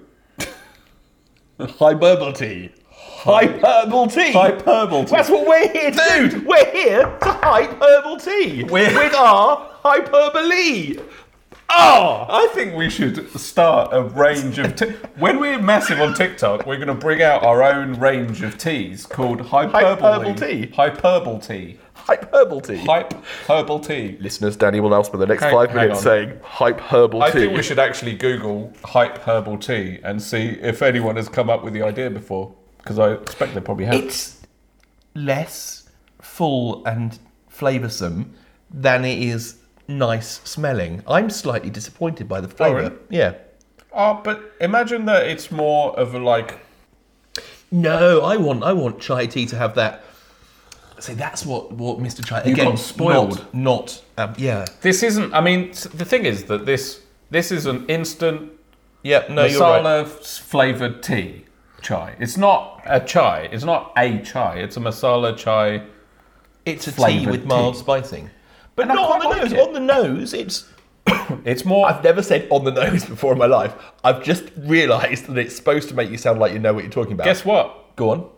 Speaker 3: Hyperbole tea. Hyperbole tea.
Speaker 4: hyperbole. To
Speaker 3: That's what we're here to do. We're here to hyperbole tea
Speaker 4: We're-
Speaker 3: with our hyperbole. Ah,
Speaker 4: I think we should start a range of tea. when we're massive on TikTok, we're going to bring out our own range of teas called hyperbole,
Speaker 3: Hyperbole tea.
Speaker 4: hyperbole tea,
Speaker 3: hyperbole tea.
Speaker 4: hype herbal tea.
Speaker 2: Listeners, Danny will now spend the next
Speaker 4: Hang-
Speaker 2: five
Speaker 4: hang
Speaker 2: minutes
Speaker 4: on.
Speaker 2: saying hype herbal
Speaker 4: I
Speaker 2: tea.
Speaker 4: think we should actually Google hype herbal tea and see if anyone has come up with the idea before, because I expect they probably have.
Speaker 3: It's less full and flavoursome than it is nice smelling. I'm slightly disappointed by the flavour.
Speaker 4: really?
Speaker 3: Yeah.
Speaker 4: Oh, but imagine that it's more of a like.
Speaker 3: No, I want I want chai tea to have that. See, that's what what Mr. Chai again
Speaker 4: got spoiled.
Speaker 3: Not, not um, yeah.
Speaker 5: this isn't. I mean, s- the thing is that this this is an instant
Speaker 3: Yeah, no, you're right.
Speaker 4: Masala
Speaker 5: flavored tea.
Speaker 4: chai. It's not a chai. It's not a chai. It's a masala chai.
Speaker 3: It's a tea
Speaker 4: flavoured
Speaker 3: with
Speaker 4: tea.
Speaker 3: mild spicing. But
Speaker 4: I
Speaker 3: not on the
Speaker 4: quite like
Speaker 3: nose.
Speaker 4: it.
Speaker 3: On the nose, it's.
Speaker 4: It's more.
Speaker 3: I've never said on the nose before in my life. I've just realised that it's supposed to make you sound like you know what you're talking about.
Speaker 4: guess what?
Speaker 3: Go on.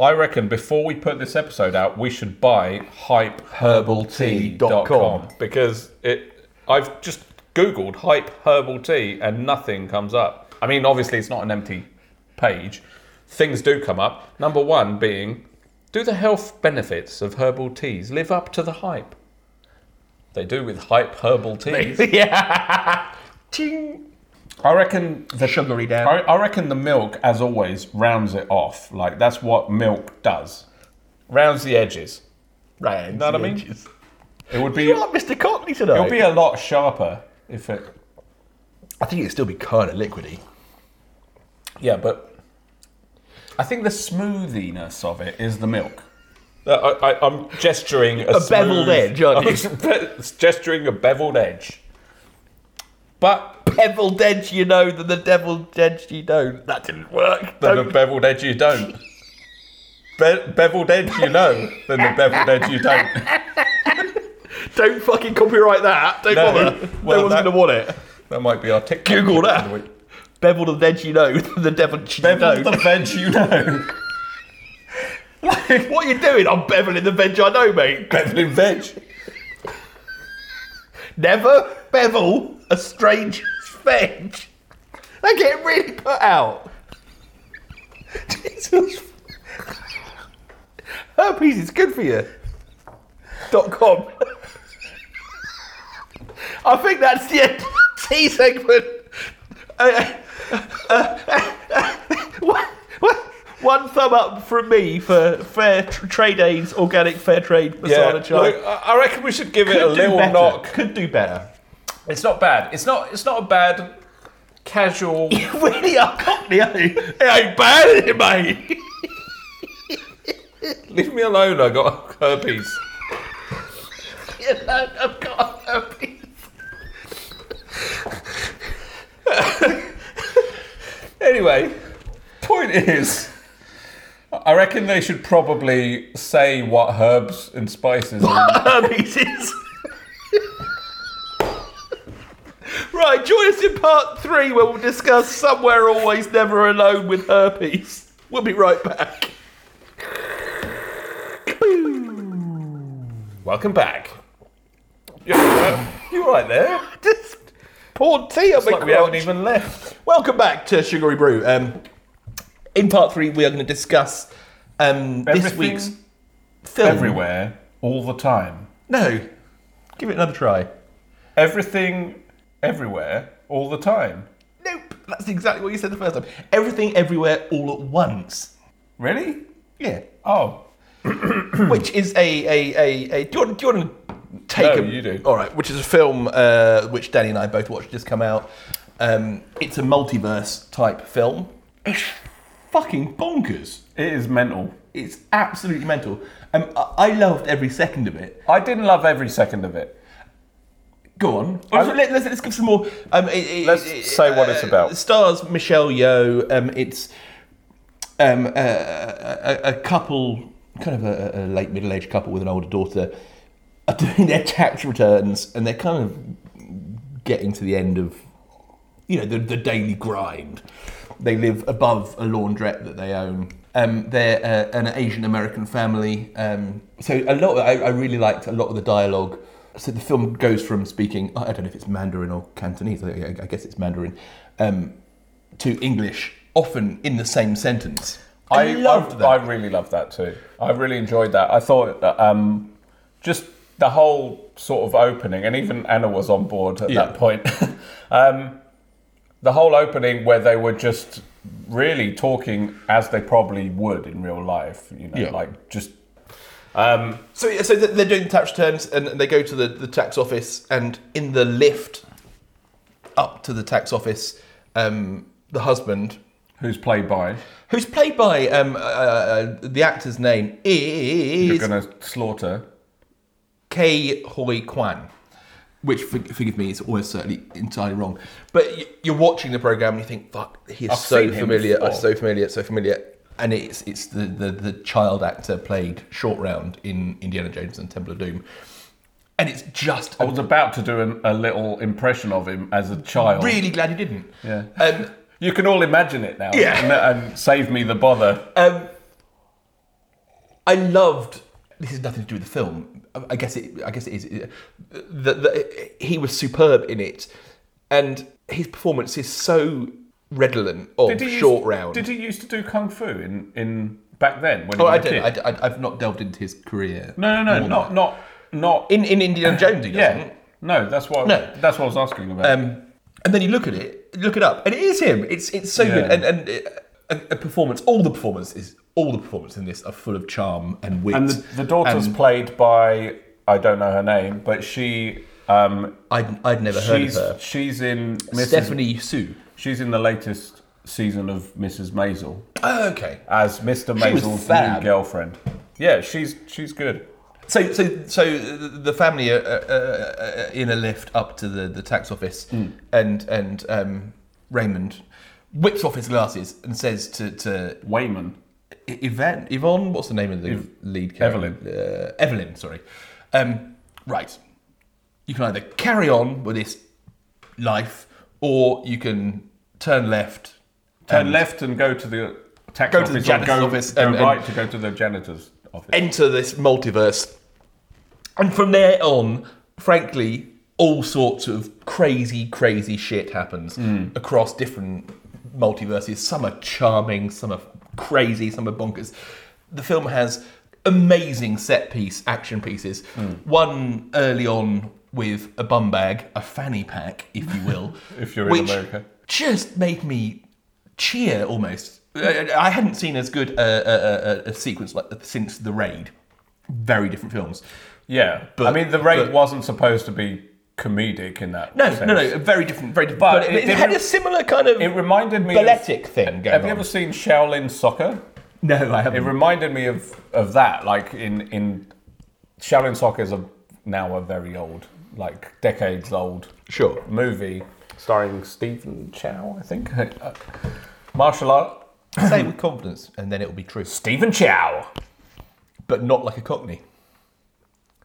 Speaker 4: I reckon before we put this episode out, we should buy hypeherbaltea.com.
Speaker 3: Tea.com.
Speaker 5: because it I've just googled hype herbal tea and nothing comes up. I mean, obviously it's not an empty page. Things do come up. Number 1 being do the health benefits of herbal teas live up to the hype? They do with hype herbal teas.
Speaker 3: yeah. Ting.
Speaker 4: I reckon the
Speaker 3: Sugary down.
Speaker 4: I, I reckon the milk, as always, rounds it off. Like that's what milk does. rounds the edges.
Speaker 3: Right.
Speaker 4: Know what I mean? It would be
Speaker 3: You're
Speaker 4: it
Speaker 3: like Mr. Cockney tonight.
Speaker 4: would be a lot sharper if it.
Speaker 6: I think it'd still be kind of liquidy.
Speaker 4: Yeah, but
Speaker 7: I think the smoothiness of it is the milk.
Speaker 4: uh, I, I, I'm gesturing a,
Speaker 3: A beveled
Speaker 4: smooth-
Speaker 3: edge, aren't you?
Speaker 4: I'm gesturing a beveled edge. But
Speaker 3: Devil dead you know than the devil dead you don't. That didn't work.
Speaker 4: than the beveled edge you don't. Be- beveled edge you know than the beveled edge you don't.
Speaker 3: Don't fucking copyright that. Don't
Speaker 4: No.
Speaker 3: bother.
Speaker 4: Well,
Speaker 3: no one's
Speaker 4: that-
Speaker 3: gonna want it.
Speaker 4: That might be our tick.
Speaker 3: Google that. Bevel the dead you know than the devil you don't.
Speaker 4: the veg you know.
Speaker 3: what are you doing? I'm beveling the veg I know, mate.
Speaker 4: Beveling veg.
Speaker 3: Never bevel a stranger's veg. They get really put out. Jesus. Herpes is good for you. Dot com. I think that's the end of the tea segment. Uh, uh, uh, what- what- One thumb up from me for Fair tr- Trade Aid's organic fair trade
Speaker 4: Yeah,
Speaker 3: masala chai.
Speaker 4: look, I I reckon we should give it
Speaker 3: Could
Speaker 4: a
Speaker 3: do
Speaker 4: little
Speaker 3: better.
Speaker 4: knock.
Speaker 3: Could do better.
Speaker 4: It's not bad. It's not. It's not a bad casual.
Speaker 3: really are cockney, ain't you? It ain't bad, is it, mate?
Speaker 4: Leave me alone. I got herpes.
Speaker 3: You know, I've got a herpes.
Speaker 4: Anyway, point is, I reckon they should probably say what herbs and spices. Are.
Speaker 3: Herpes is. right, join us in part three where we'll discuss Somewhere Always Never Alone with Herpes. We'll be right back.
Speaker 4: Welcome back. You're, you're right there.
Speaker 3: Just poured tea on my
Speaker 4: Like we
Speaker 3: crotch.
Speaker 4: haven't even left.
Speaker 3: Welcome back to Sugary Brew. Um, in part three, we are going to discuss um, this
Speaker 7: Everything,
Speaker 3: week's film.
Speaker 7: everywhere, all the time.
Speaker 3: No, give it another try.
Speaker 7: Everything, everywhere, all the time.
Speaker 3: Nope, that's exactly what you said the first time. Everything, everywhere, all at once.
Speaker 7: Really?
Speaker 3: Yeah,
Speaker 7: Oh,
Speaker 3: which is a a a, a do you want do you want to take?
Speaker 4: No,
Speaker 3: a,
Speaker 4: you do.
Speaker 3: All right, which is a film uh, which Danny and I both watched just come out. Um, it's a multiverse type film. It's fucking bonkers.
Speaker 7: it is mental.
Speaker 3: It's absolutely mental. Um, I, I loved every second of it.
Speaker 7: I didn't love every second of it.
Speaker 3: Go on. let, us let's give some more. Um, it- it-
Speaker 4: Let's
Speaker 3: it-
Speaker 4: say what it's about.
Speaker 3: uh, Stars Michelle Yeoh. Um, it's um, a, a, a couple, kind of a, a late middle-aged couple with an older daughter, are doing their tax returns, and they're kind of getting to the end of, you know, the, the daily grind. They live above a laundrette that they own. Um, they're uh, an Asian American family, um, so a lot. I, I really liked a lot of the dialogue. So the film goes from speaking. I don't know if it's Mandarin or Cantonese. I, I guess it's Mandarin. Um, to English, often in the same sentence. I, loved that.
Speaker 4: I
Speaker 3: I,
Speaker 4: really loved that too. I really enjoyed that. I thought that, um, just the whole sort of opening, and even Anna was on board at that point. um, the whole opening where they were just really talking as they probably would in real life. You know,
Speaker 3: Yeah.
Speaker 4: like just
Speaker 3: so, yeah, so th- they're doing tax returns and they go to the, the tax office, and in the lift up to the tax office, um, the husband,
Speaker 7: Who's played by?
Speaker 3: who's played by um, uh, uh, the actor's name
Speaker 7: You're
Speaker 3: is
Speaker 7: gonna slaughter.
Speaker 3: K Hoi Kwan, which for, forgive me, it's almost certainly entirely wrong. But y- you're watching the program and you think, "Fuck, he is so
Speaker 4: seen him
Speaker 3: familiar,
Speaker 4: before."
Speaker 3: I'm so familiar, so familiar." And it's it's the, the the child actor played Short Round in Indiana Jones and Temple of Doom, and it's just
Speaker 7: I
Speaker 3: a
Speaker 7: was about to do an, a little impression of him as a
Speaker 4: Oh.
Speaker 7: child.
Speaker 3: really glad you didn't.
Speaker 7: Yeah.
Speaker 3: Um,
Speaker 7: You can all imagine it now.
Speaker 3: Yeah.
Speaker 7: And, and save me the bother.
Speaker 3: Um, I loved. This has nothing to do with the film. I- I guess it. I guess it is. It- The, the, he was superb in it, and his performance is so redolent of
Speaker 7: Did he
Speaker 3: short
Speaker 7: used,
Speaker 3: round.
Speaker 7: Did he used to do kung fu in, in back then? When he
Speaker 3: oh,
Speaker 7: was
Speaker 3: I
Speaker 7: a
Speaker 3: don't.
Speaker 7: kid?
Speaker 3: I, I, I've not delved into his career.
Speaker 7: No, no, no,
Speaker 3: more than
Speaker 7: not
Speaker 3: that.
Speaker 7: not not.
Speaker 3: in in Indiana Jones. He doesn't.
Speaker 7: yeah, no, that's what
Speaker 3: No.
Speaker 7: that's what I was asking about.
Speaker 3: Um, and then you look at it, look it up, and it is him. It's it's so
Speaker 7: Yeah.
Speaker 3: good. And and uh, a, a performance, all the performance is all the performances in this are full of charm and wit.
Speaker 4: And the, the daughter's
Speaker 3: And
Speaker 4: played by I don't know her name, but she um,
Speaker 3: I'd, I'd never heard of
Speaker 4: she's
Speaker 3: her.
Speaker 4: she's in Mrs.
Speaker 3: Stephanie Sue.
Speaker 4: She's in the latest season of Mrs. Maisel
Speaker 3: Oh, okay.
Speaker 4: as Mr.
Speaker 3: She was
Speaker 4: Maisel's new
Speaker 3: fab.
Speaker 4: girlfriend. Yeah, she's she's good.
Speaker 3: So, so, so the family are uh, uh, in a lift up to the, the tax office, and and um, Raymond whips off his glasses and says to to
Speaker 4: Wayman.
Speaker 3: Y- Yvonne, Yvonne, what's the name of the lead character? Evelyn. Uh, Evelyn, sorry. Um, right. You can either carry on with this life or you can turn left.
Speaker 4: Turn left and go to the tax
Speaker 3: Go to
Speaker 4: office.
Speaker 3: the
Speaker 4: or
Speaker 3: janitor's
Speaker 4: go,
Speaker 3: office
Speaker 4: Go
Speaker 3: and- and-
Speaker 4: right to go to the janitor's office.
Speaker 3: Enter this multiverse. And from there on, frankly, all sorts of crazy, crazy shit happens
Speaker 4: Mm.
Speaker 3: across different multiverses. Some are charming, some are crazy, some are bonkers. The film has amazing set piece, action pieces.
Speaker 4: Mm.
Speaker 3: One early on with a bum bag, a fanny pack, if you will.
Speaker 4: If you're in
Speaker 3: which
Speaker 4: America.
Speaker 3: Just made me cheer almost. I I hadn't seen as good a, a, a, a sequence like since The Raid. Very different films.
Speaker 4: yeah,
Speaker 3: But-
Speaker 4: I mean the raid
Speaker 3: but-
Speaker 4: wasn't supposed to be comedic in that.
Speaker 3: No,
Speaker 4: sense.
Speaker 3: no, no. Very different. Very different.
Speaker 4: But
Speaker 3: But,
Speaker 4: it
Speaker 3: it, had
Speaker 4: didn't-
Speaker 3: a similar kind of
Speaker 4: It reminded me.
Speaker 3: balletic
Speaker 4: Of,
Speaker 3: thing going
Speaker 4: have you
Speaker 3: on.
Speaker 4: ever seen Shaolin Soccer?
Speaker 3: no, I haven't.
Speaker 4: It reminded me of, of that, like in in Shaolin Soccer is a, now a very old, like decades old
Speaker 3: sure.
Speaker 4: movie starring Stephen Chow, I think, Uh, martial art.
Speaker 3: Say it with confidence, and then it will be true.
Speaker 4: Stephen Chow.
Speaker 3: But not like a cockney.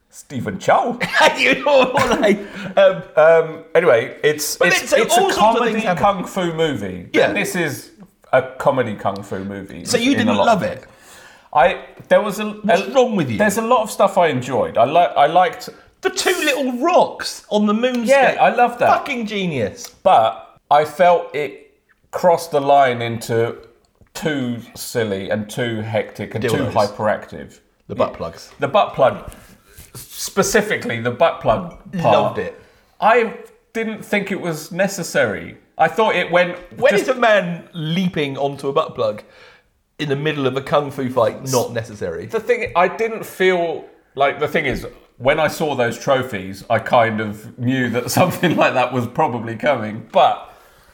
Speaker 4: Stephen Chow.
Speaker 3: you know what I- um,
Speaker 4: um, anyway, it's
Speaker 3: But
Speaker 4: it's,
Speaker 3: then, so
Speaker 4: it's
Speaker 3: all
Speaker 4: a
Speaker 3: sorts of
Speaker 4: comedy
Speaker 3: things happen.
Speaker 4: kung fu movie.
Speaker 3: Yeah.
Speaker 4: this is a comedy kung fu movie.
Speaker 3: So you
Speaker 4: in a
Speaker 3: didn't
Speaker 4: lot of
Speaker 3: love
Speaker 4: ways.
Speaker 3: it?
Speaker 4: I there was a
Speaker 3: What's
Speaker 4: a-
Speaker 3: wrong with you?
Speaker 4: There's a lot of stuff I enjoyed. I like I liked
Speaker 3: The two little rocks on the moon.
Speaker 4: Yeah, I love that.
Speaker 3: Fucking genius.
Speaker 4: but I felt it crossed the line into too silly and too hectic and too
Speaker 3: Dildos.
Speaker 4: hyperactive.
Speaker 3: The butt plugs.
Speaker 4: The butt plug, specifically the butt plug part.
Speaker 3: Loved it.
Speaker 4: I didn't think it was necessary. I thought it went.
Speaker 3: When is
Speaker 4: just-
Speaker 3: a man leaping onto a butt plug in the middle of a kung fu fight not necessary?
Speaker 4: the thing
Speaker 5: I didn't feel
Speaker 4: like the thing is when I saw those trophies, I kind of knew that something like that was probably coming. But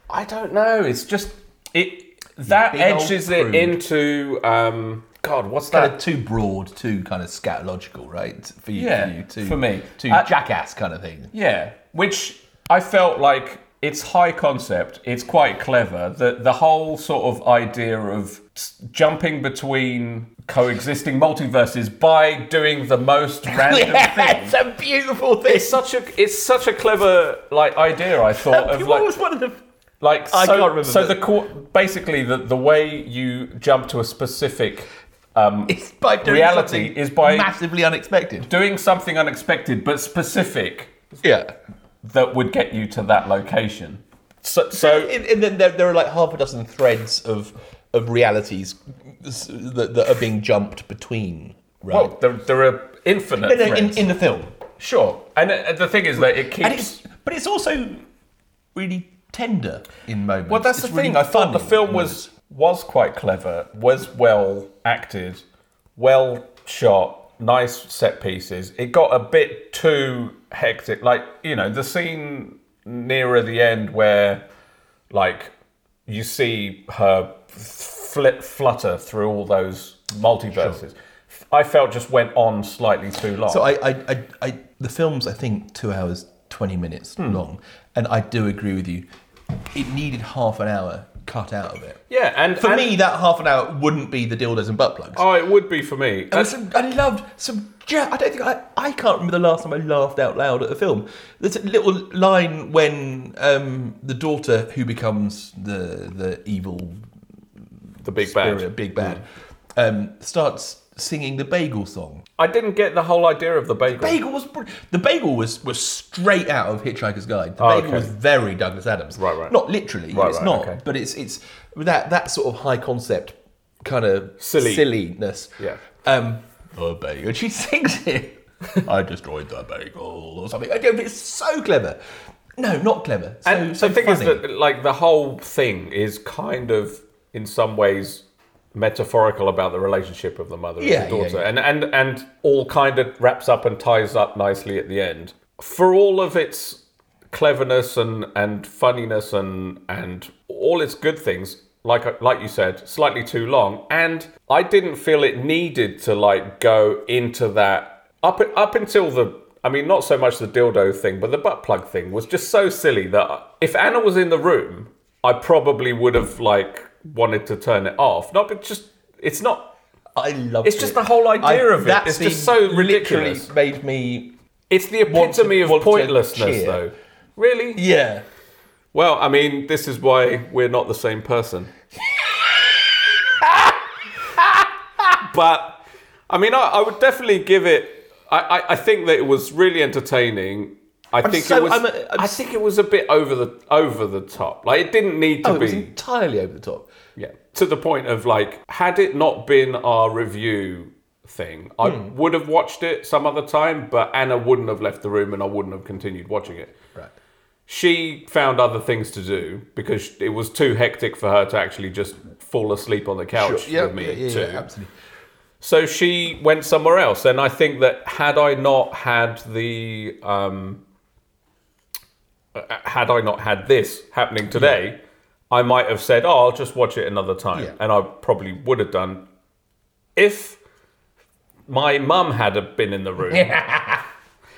Speaker 4: I don't know. It's just it that
Speaker 3: big old
Speaker 4: edges it
Speaker 3: prude.
Speaker 4: into um, God. What's
Speaker 3: Kind
Speaker 4: that?
Speaker 3: of Uh, too broad, too kind of scatological, right? For you,
Speaker 4: Yeah,
Speaker 3: for, Uh, you, too,
Speaker 4: for me.
Speaker 3: too
Speaker 4: I-
Speaker 3: jackass kind of thing.
Speaker 4: Yeah, which I felt like it's high concept. It's quite clever. The the whole sort of idea of s- jumping between coexisting multiverses by doing the most random thing.
Speaker 3: it's a beautiful thing.
Speaker 4: It's such a it's such a clever like idea. I thought of
Speaker 3: What
Speaker 4: like
Speaker 3: was one of the?
Speaker 4: like so,
Speaker 3: I can't remember,
Speaker 4: so the
Speaker 3: but-
Speaker 4: co- basically the the way you jump to a specific um,
Speaker 3: It's by doing
Speaker 4: Reality
Speaker 3: something
Speaker 4: is by-
Speaker 3: massively unexpected.
Speaker 4: doing something unexpected but specific
Speaker 3: Yeah.
Speaker 4: that would get you to that location. So, so
Speaker 3: And, and then there, there are like half a dozen threads of of realities s- that, that are being jumped between. Right.
Speaker 4: well, there, there are infinite
Speaker 3: No, no, in,
Speaker 4: threads.
Speaker 3: in the film.
Speaker 4: sure, and uh, the thing is that it
Speaker 3: And
Speaker 4: keeps.
Speaker 3: it's, but it's also really tender in moments.
Speaker 4: Well, that's
Speaker 3: It's
Speaker 4: the
Speaker 3: really
Speaker 4: thing. I thought
Speaker 3: funny
Speaker 4: the film
Speaker 3: in
Speaker 4: was was quite clever, was well acted, well shot, nice set pieces. It got a bit too hectic. Like you know, the scene nearer the end where, like, you see her flip flutter through all those multiverses. I felt just went on slightly too long.
Speaker 3: So I, I, I, I, the film's I think two hours twenty minutes long, and I do agree with you. It needed half an hour cut out of it.
Speaker 5: yeah, and
Speaker 3: For
Speaker 5: and-
Speaker 3: me, that half an hour wouldn't be the dildos and butt plugs.
Speaker 5: oh, it would be for me.
Speaker 3: There was some- I loved some. ja- I don't think I. I can't remember the last time I laughed out loud at a film. There's a little line when um, the daughter who becomes the the evil
Speaker 5: the big
Speaker 3: spirit,
Speaker 5: bad. Mm.
Speaker 3: big bad, um, starts singing the bagel song.
Speaker 5: I didn't get the whole idea of the bagel.
Speaker 3: bagel was br- the bagel was was straight out of Hitchhiker's Guide. The
Speaker 5: Oh,
Speaker 3: bagel
Speaker 5: okay.
Speaker 3: was very Douglas Adams.
Speaker 5: Right, right.
Speaker 3: Not literally.
Speaker 5: Right,
Speaker 3: it's
Speaker 5: right,
Speaker 3: not.
Speaker 5: okay.
Speaker 3: But it's it's that that sort of high concept kind of
Speaker 5: Silly.
Speaker 3: silliness.
Speaker 5: Yeah.
Speaker 3: Um, a bagel. And She sings it. I destroyed the bagel or something. I don't. It's so clever. No, not clever. So,
Speaker 5: and
Speaker 3: so
Speaker 5: the thing
Speaker 3: funny.
Speaker 5: is that like the whole thing is kind of in some ways
Speaker 4: metaphorical about the relationship of the mother
Speaker 8: Yeah,
Speaker 4: and
Speaker 8: yeah,
Speaker 4: the daughter,
Speaker 8: yeah.
Speaker 4: and and and all kind of wraps up and ties up nicely at the end. For all of its cleverness and and funniness and and all its good things, like like you said, slightly too long, and I didn't feel it needed to like go into that up up until the. I mean, not so much the dildo thing, but the butt plug thing was just so silly that if Anna was in the room, I probably would have like wanted to turn it off. Not, but just it's not.
Speaker 8: I love
Speaker 4: It's just the whole idea of it. It's just so ridiculous.
Speaker 8: Literally made me.
Speaker 4: It's the
Speaker 8: Want to-
Speaker 4: epitome
Speaker 8: want
Speaker 4: of
Speaker 8: to
Speaker 4: pointlessness,
Speaker 8: cheer.
Speaker 4: though. Really?
Speaker 8: Yeah.
Speaker 4: Well, I mean, this is why we're not the same person. but I mean, I, I would definitely give it. I, I, I think that it was really entertaining. I think
Speaker 8: so-
Speaker 4: it was.
Speaker 8: I'm
Speaker 4: i
Speaker 8: a- I'm s-
Speaker 4: think it was a bit over the over the top. Like it didn't need to
Speaker 8: Oh, it
Speaker 4: be.
Speaker 8: was entirely over the top.
Speaker 4: Yeah. To the point of like, had it not been our review thing, I
Speaker 8: Hmm.
Speaker 4: would have watched it some other time, but Anna wouldn't have left the room and I wouldn't have continued watching it.
Speaker 8: Right.
Speaker 4: She found other things to do because it was too hectic for her to actually just fall asleep on the couch
Speaker 8: Yeah,
Speaker 4: with me
Speaker 8: yeah, yeah,
Speaker 4: too.
Speaker 8: yeah, absolutely.
Speaker 4: So she went somewhere else, and I think that had I not had the um, uh, had I not had this happening today, I might have said, "Oh, I'll just watch it another time,"
Speaker 8: Yeah.
Speaker 4: and I probably would have done. If my mum had have been in the room,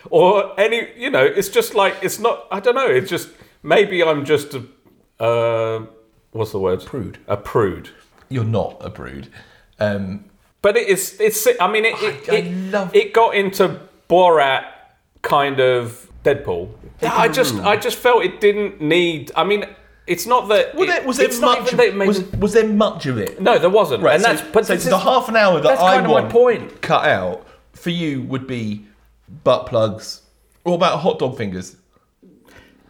Speaker 4: or any, you know, it's just like it's not. I don't know. It's just maybe I'm just a uh, what's the word?
Speaker 8: Prude.
Speaker 4: A prude.
Speaker 3: You're not a brood. Um,
Speaker 4: But it is. It's. I mean, it. It,
Speaker 3: I
Speaker 4: it,
Speaker 3: love-
Speaker 4: it got into Borat kind of Deadpool. I just. I just felt it didn't need. I mean, it's not that.
Speaker 3: was
Speaker 4: it-
Speaker 3: there, was
Speaker 4: it's
Speaker 3: there
Speaker 4: not
Speaker 3: much?
Speaker 4: even that it made-
Speaker 3: was, was there much of it?
Speaker 4: no, there wasn't. and
Speaker 3: so-
Speaker 4: that's. But
Speaker 3: so
Speaker 4: this
Speaker 3: the
Speaker 4: is-
Speaker 3: half an hour that
Speaker 4: that's
Speaker 3: I
Speaker 4: kind of my
Speaker 3: want
Speaker 4: point.
Speaker 3: cut out for you would be butt plugs. What about hot dog fingers?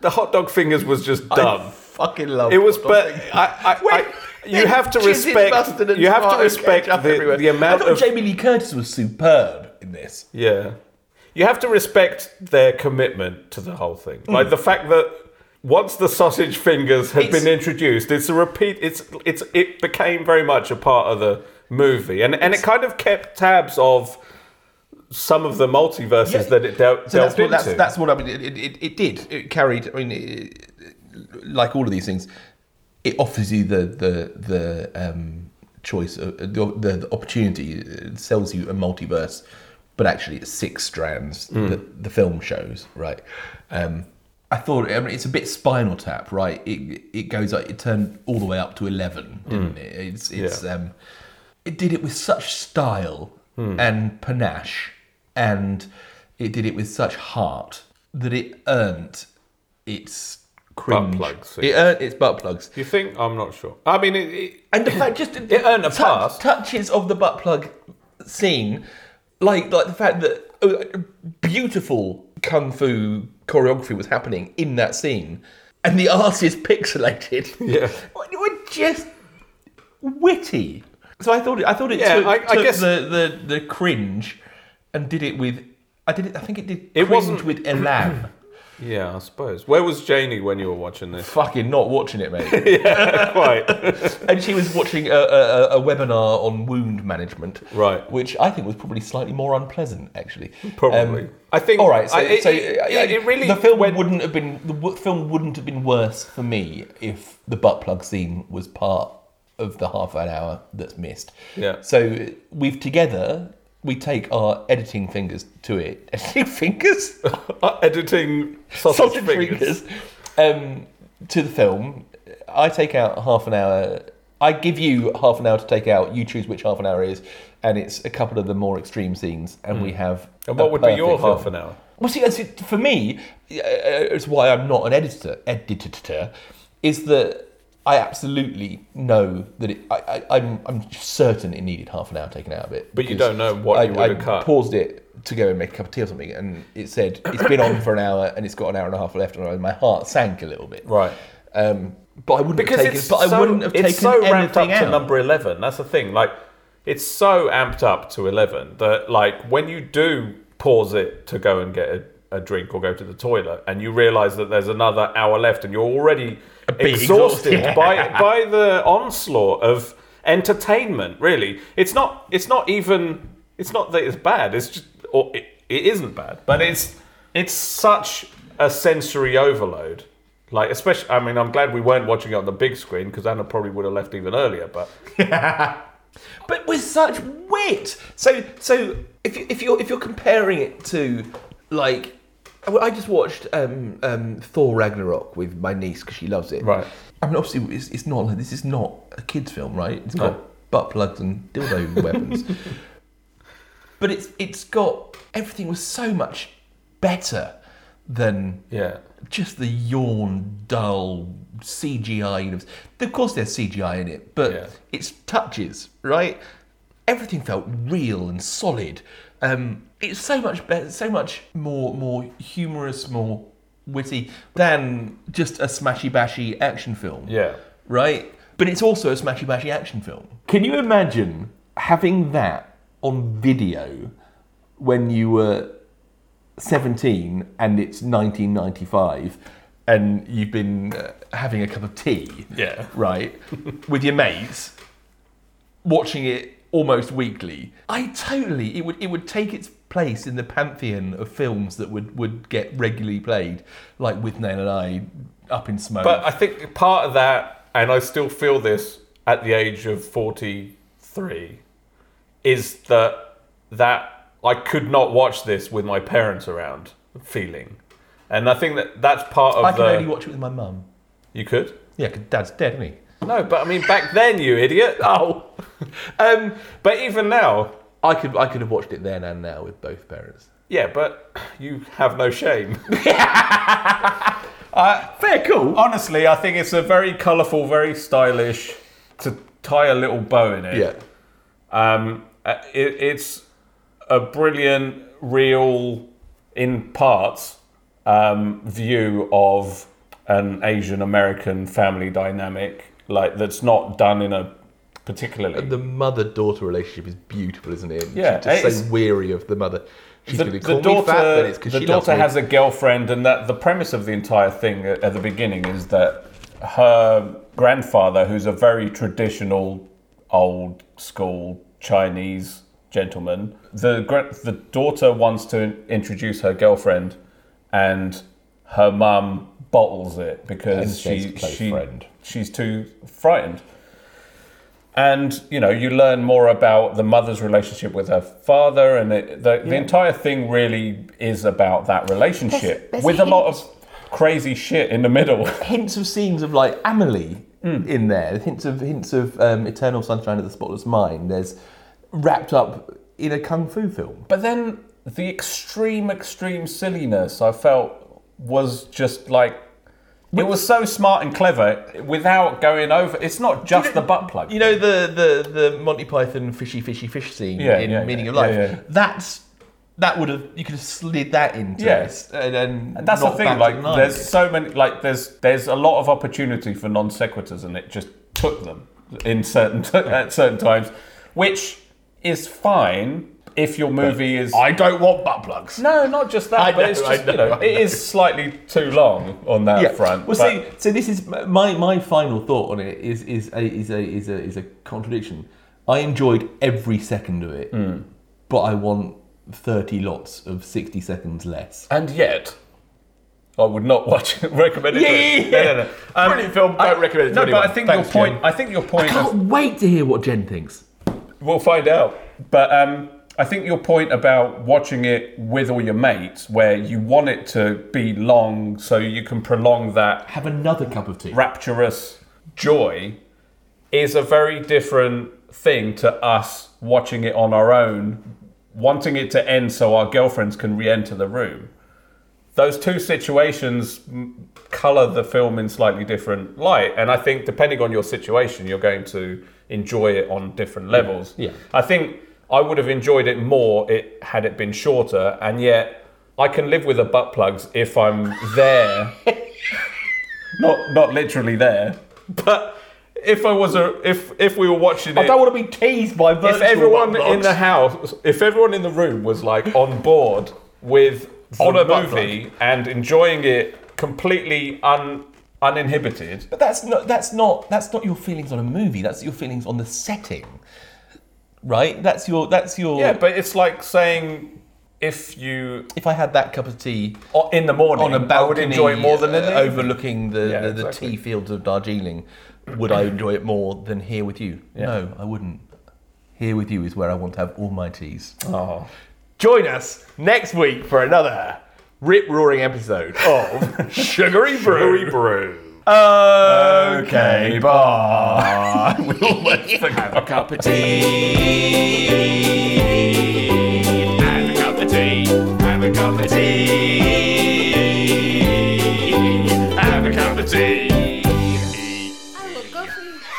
Speaker 4: The hot dog fingers was just dumb.
Speaker 3: I fucking love
Speaker 4: it was,
Speaker 3: hot dog
Speaker 4: but
Speaker 3: fingers.
Speaker 4: I, I,
Speaker 3: Wait,
Speaker 4: I, you have to
Speaker 3: Jizz in
Speaker 4: respect.
Speaker 3: mustard and
Speaker 4: You have to
Speaker 3: tomato
Speaker 4: respect
Speaker 3: ketchup
Speaker 4: the,
Speaker 3: everywhere.
Speaker 4: the amount
Speaker 3: I thought
Speaker 4: of
Speaker 3: Jamie Lee Curtis was superb in this.
Speaker 4: Yeah. You have to respect their commitment to the whole thing.
Speaker 3: Mm.
Speaker 4: Like the fact that once the sausage fingers had been introduced, it's a repeat it's it's it became very much a part of the movie. And and it kind of kept tabs of some of the multiverses
Speaker 3: Yeah.
Speaker 4: that it dealt,
Speaker 3: So that's
Speaker 4: delved
Speaker 3: what,
Speaker 4: into.
Speaker 3: that's, that's what I mean. It, it- it, it did. It carried. I mean, it, like all of these things, it offers you the the the um, choice, of, the, the the opportunity. It sells you a multiverse, but actually it's six strands
Speaker 4: Hmm.
Speaker 3: that the film shows. Right. Um, I thought I mean, it's a bit Spinal Tap, right? It it goes like it turned all the way up to eleven, didn't it? It's it's
Speaker 4: Hmm. Yeah.
Speaker 3: um, it did it with such style and panache, and it did it with such heart that it earned its cringe.
Speaker 4: plugs,
Speaker 3: It earned its butt plugs,
Speaker 4: you think? I'm not sure. I mean, it, it,
Speaker 3: and the fact just
Speaker 4: It earned a pass.
Speaker 3: Touches of the butt plug scene, like like the fact that uh, beautiful kung fu choreography was happening in that scene, and the arse is pixelated.
Speaker 4: Yeah.
Speaker 3: It was just witty. So I thought it, I thought it
Speaker 4: Yeah,
Speaker 3: took,
Speaker 4: I- I
Speaker 3: took
Speaker 4: guess-
Speaker 3: the, the the cringe and did it with I did it I think it did
Speaker 4: It
Speaker 3: cringe
Speaker 4: wasn't-
Speaker 3: with elan.
Speaker 4: yeah, I suppose. Where was Janie when you were watching this?
Speaker 3: Fucking not watching it, mate.
Speaker 4: Quite.
Speaker 3: and she was watching a, a, a- a webinar on wound management,
Speaker 4: Right.
Speaker 3: Which I think was probably slightly more unpleasant, actually. Um,
Speaker 4: Probably. I think-
Speaker 3: All right. So,
Speaker 4: I- it-
Speaker 3: so
Speaker 4: it-
Speaker 3: I- I-
Speaker 4: it- it really
Speaker 3: the film
Speaker 4: went-
Speaker 3: wouldn't have been the w- film wouldn't have been worse for me if the butt plug scene was part of the half an hour that's missed.
Speaker 4: Yeah.
Speaker 3: So we've together. We take our editing fingers to it. Editing fingers?
Speaker 4: Editing sausage,
Speaker 3: sausage
Speaker 4: fingers.
Speaker 3: fingers um, to the film. I take out half an hour. I give you half an hour to take out. You choose which half an hour is, and it's a couple of the more extreme scenes, and we have.
Speaker 4: Hmm. And what
Speaker 3: a
Speaker 4: would be your
Speaker 3: perfect film.
Speaker 4: half an hour?
Speaker 3: Well, see, that's it- for me, uh, it's why I'm not an editor. Editor is that I absolutely know that it, I, I, I'm, I'm certain it needed half an hour taken out of it.
Speaker 4: But you
Speaker 3: because
Speaker 4: don't know what
Speaker 3: I,
Speaker 4: you would
Speaker 3: I
Speaker 4: have cut.
Speaker 3: paused it to go and make a cup of tea or something, and it said it's been on for an hour and it's got an hour and a half left, and I- my heart sank a little bit.
Speaker 4: Right.
Speaker 3: Um, but I wouldn't
Speaker 4: because
Speaker 3: have taken.
Speaker 4: it's
Speaker 3: But
Speaker 4: so,
Speaker 3: I wouldn't have
Speaker 4: it's
Speaker 3: taken
Speaker 4: so ramped up
Speaker 3: anything out.
Speaker 4: to number 11 that's the thing like it's so amped up to 11 that like when you do pause it to go and get a, a drink or go to the toilet and you realize that there's another hour left and you're already
Speaker 3: bit
Speaker 4: exhausted
Speaker 3: exhausted.
Speaker 4: by by the onslaught of entertainment. Really, it's not. It's not even. It's not that it's bad. It's just, or it, it isn't bad, but it's it's such a sensory overload. Like, especially, I mean, I'm glad we weren't watching it on the big screen because Anna probably would have left even earlier. But
Speaker 3: but with such wit. So so if you, if you're if you're comparing it to like. I I just watched um, um, Thor Ragnarok with my niece because she loves it.
Speaker 4: Right.
Speaker 3: I mean, obviously, it's, it's not. This is not a kids' film, right? It's got butt plugs and dildo weapons, but it's it's got everything was so much better than
Speaker 4: yeah,
Speaker 3: just the yawn, dull CGI. Of, of course, there's CGI in it, but
Speaker 4: Yeah.
Speaker 3: it's touches, right? Everything felt real and solid. Um, it's so much better, so much more, more humorous, more witty than just a smashy bashy action film,
Speaker 4: yeah,
Speaker 3: right? But it's also a smashy bashy action film.
Speaker 9: Can you imagine having that on video when you were 17 and it's 1995 and you've been uh, having a cup of tea,
Speaker 4: yeah.
Speaker 9: right,
Speaker 3: with your mates, watching it almost weekly. I totally it would it would take its place in the pantheon of films that would would get regularly played, like with Nail and I, Up in Smoke.
Speaker 4: But I think part of that, and I still feel this at the age of 43, is that that I could not watch this with my parents around feeling. And I think that that's part of
Speaker 3: I can
Speaker 4: the.
Speaker 3: only watch it with my mum.
Speaker 4: you could?
Speaker 3: Yeah, 'cause Dad's dead, isn't he?
Speaker 4: No, but I mean, back then, you idiot.
Speaker 3: Oh,
Speaker 4: Um, but even now,
Speaker 3: I could I could have watched it then and now with both parents.
Speaker 4: yeah, but you have no shame.
Speaker 3: Fair, cool.
Speaker 4: Honestly, I think it's a very colourful, very stylish, to tie a little bow in it.
Speaker 3: Yeah,
Speaker 4: Um, uh, it, it's a brilliant, real, in parts, um, view of an Asian American family dynamic, like that's not done in a particularly.
Speaker 3: the mother daughter relationship is beautiful, isn't it?
Speaker 4: Yeah,
Speaker 3: She's just
Speaker 4: it's-
Speaker 3: so weary of the mother. She's
Speaker 4: the,
Speaker 3: going to
Speaker 4: the
Speaker 3: call me
Speaker 4: daughter,
Speaker 3: fat, but it's because
Speaker 4: the
Speaker 3: she loves
Speaker 4: daughter
Speaker 3: me.
Speaker 4: has a girlfriend, and that the premise of the entire thing at, at the beginning is that her grandfather, who's a very traditional, old school Chinese gentleman, the gra- the daughter wants to introduce her girlfriend, and her mum bottles it because
Speaker 9: says,
Speaker 4: she
Speaker 9: "Play
Speaker 4: she
Speaker 9: friend."
Speaker 4: she's too frightened. And you know, you learn more about the mother's relationship with her father, and it, the, the entire thing really is about that relationship with a lot of crazy shit in the middle.
Speaker 9: hints of scenes of like Amelie
Speaker 3: Hmm.
Speaker 9: in there. Hints of hints of um, Eternal Sunshine of the Spotless Mind. There's wrapped up in a kung fu film.
Speaker 4: but then the extreme, extreme silliness I felt was just like it was so smart and clever without going over. It's not just the butt plug.
Speaker 3: You know the, the, the Monty Python fishy fishy fish scene
Speaker 4: Yeah,
Speaker 3: in
Speaker 4: yeah,
Speaker 3: Meaning
Speaker 4: yeah,
Speaker 3: of Life.
Speaker 4: yeah, yeah.
Speaker 3: That's that would have you could have slid that into
Speaker 4: Yeah.
Speaker 3: this and, and,
Speaker 4: And that's the
Speaker 3: not
Speaker 4: thing.
Speaker 3: batted
Speaker 4: Like,
Speaker 3: an eye.
Speaker 4: there's so many. Like, there's there's a lot of opportunity for non sequiturs, and it just took them in certain at certain times, which is fine if your movie is.
Speaker 3: I don't want butt plugs.
Speaker 4: no, not just that,
Speaker 3: I
Speaker 4: but it's
Speaker 3: know,
Speaker 4: just
Speaker 3: I know,
Speaker 4: you know,
Speaker 3: I
Speaker 4: it is slightly too long on that front.
Speaker 9: Well, see,
Speaker 4: but-
Speaker 9: so this is my my final thought on it is is a is a is a is a contradiction. I enjoyed every second of it,
Speaker 4: Hmm.
Speaker 9: but I want thirty lots of sixty seconds less.
Speaker 4: and yet. I would not watch it. Recommend it. to
Speaker 3: Yeah,
Speaker 4: you.
Speaker 3: yeah, yeah.
Speaker 4: No, no, no. Um,
Speaker 3: Brilliant film, don't
Speaker 4: I-
Speaker 3: recommend it to
Speaker 4: No,
Speaker 3: anyone.
Speaker 4: but I think your
Speaker 3: Thanks,
Speaker 4: point.
Speaker 3: Jim.
Speaker 4: I think your point. is,
Speaker 9: Can't wait to hear what Jen thinks.
Speaker 4: We'll find out. But um, I think your point about watching it with all your mates, where you want it to be long so you can prolong that
Speaker 9: Have another cup of tea.
Speaker 4: rapturous joy, is a very different thing to us watching it on our own, wanting it to end so our girlfriends can re enter the room. Those two situations color the film in slightly different light. And I think depending on your situation, you're going to enjoy it on different levels.
Speaker 9: Yeah.
Speaker 4: I think I would have enjoyed it more it had it been shorter, and yet I can live with the butt plugs if I'm there. not not literally there. But if I was a if if we were watching it
Speaker 3: I don't want to be teased by virtual
Speaker 4: if everyone
Speaker 3: butt plugs.
Speaker 4: in the house, if everyone in the room was like on board with on a
Speaker 3: butt plug.
Speaker 4: movie and enjoying it completely un uninhibited.
Speaker 3: But that's not that's not that's not your feelings on a movie. That's your feelings on the setting, right? That's your that's your.
Speaker 4: Yeah, but it's like saying if you
Speaker 3: if I had that cup of tea
Speaker 4: or in the morning
Speaker 3: on a
Speaker 4: I would
Speaker 3: balcony
Speaker 4: enjoy it more than in
Speaker 3: uh,
Speaker 4: the evening.
Speaker 3: overlooking the,
Speaker 4: Yeah,
Speaker 3: the, the
Speaker 4: exactly.
Speaker 3: tea fields of Darjeeling, would I enjoy it more than here with you? No, I wouldn't. Here with you is where I want to have all my teas.
Speaker 4: Oh.
Speaker 10: Join us next week for another rip roaring episode of Sugary Brew.
Speaker 4: Brewery brew. uh,
Speaker 10: Okay, bye.
Speaker 1: Have a cup of tea. Have a cup of tea. Have a cup of tea. Have a cup of tea.
Speaker 5: I will go for you.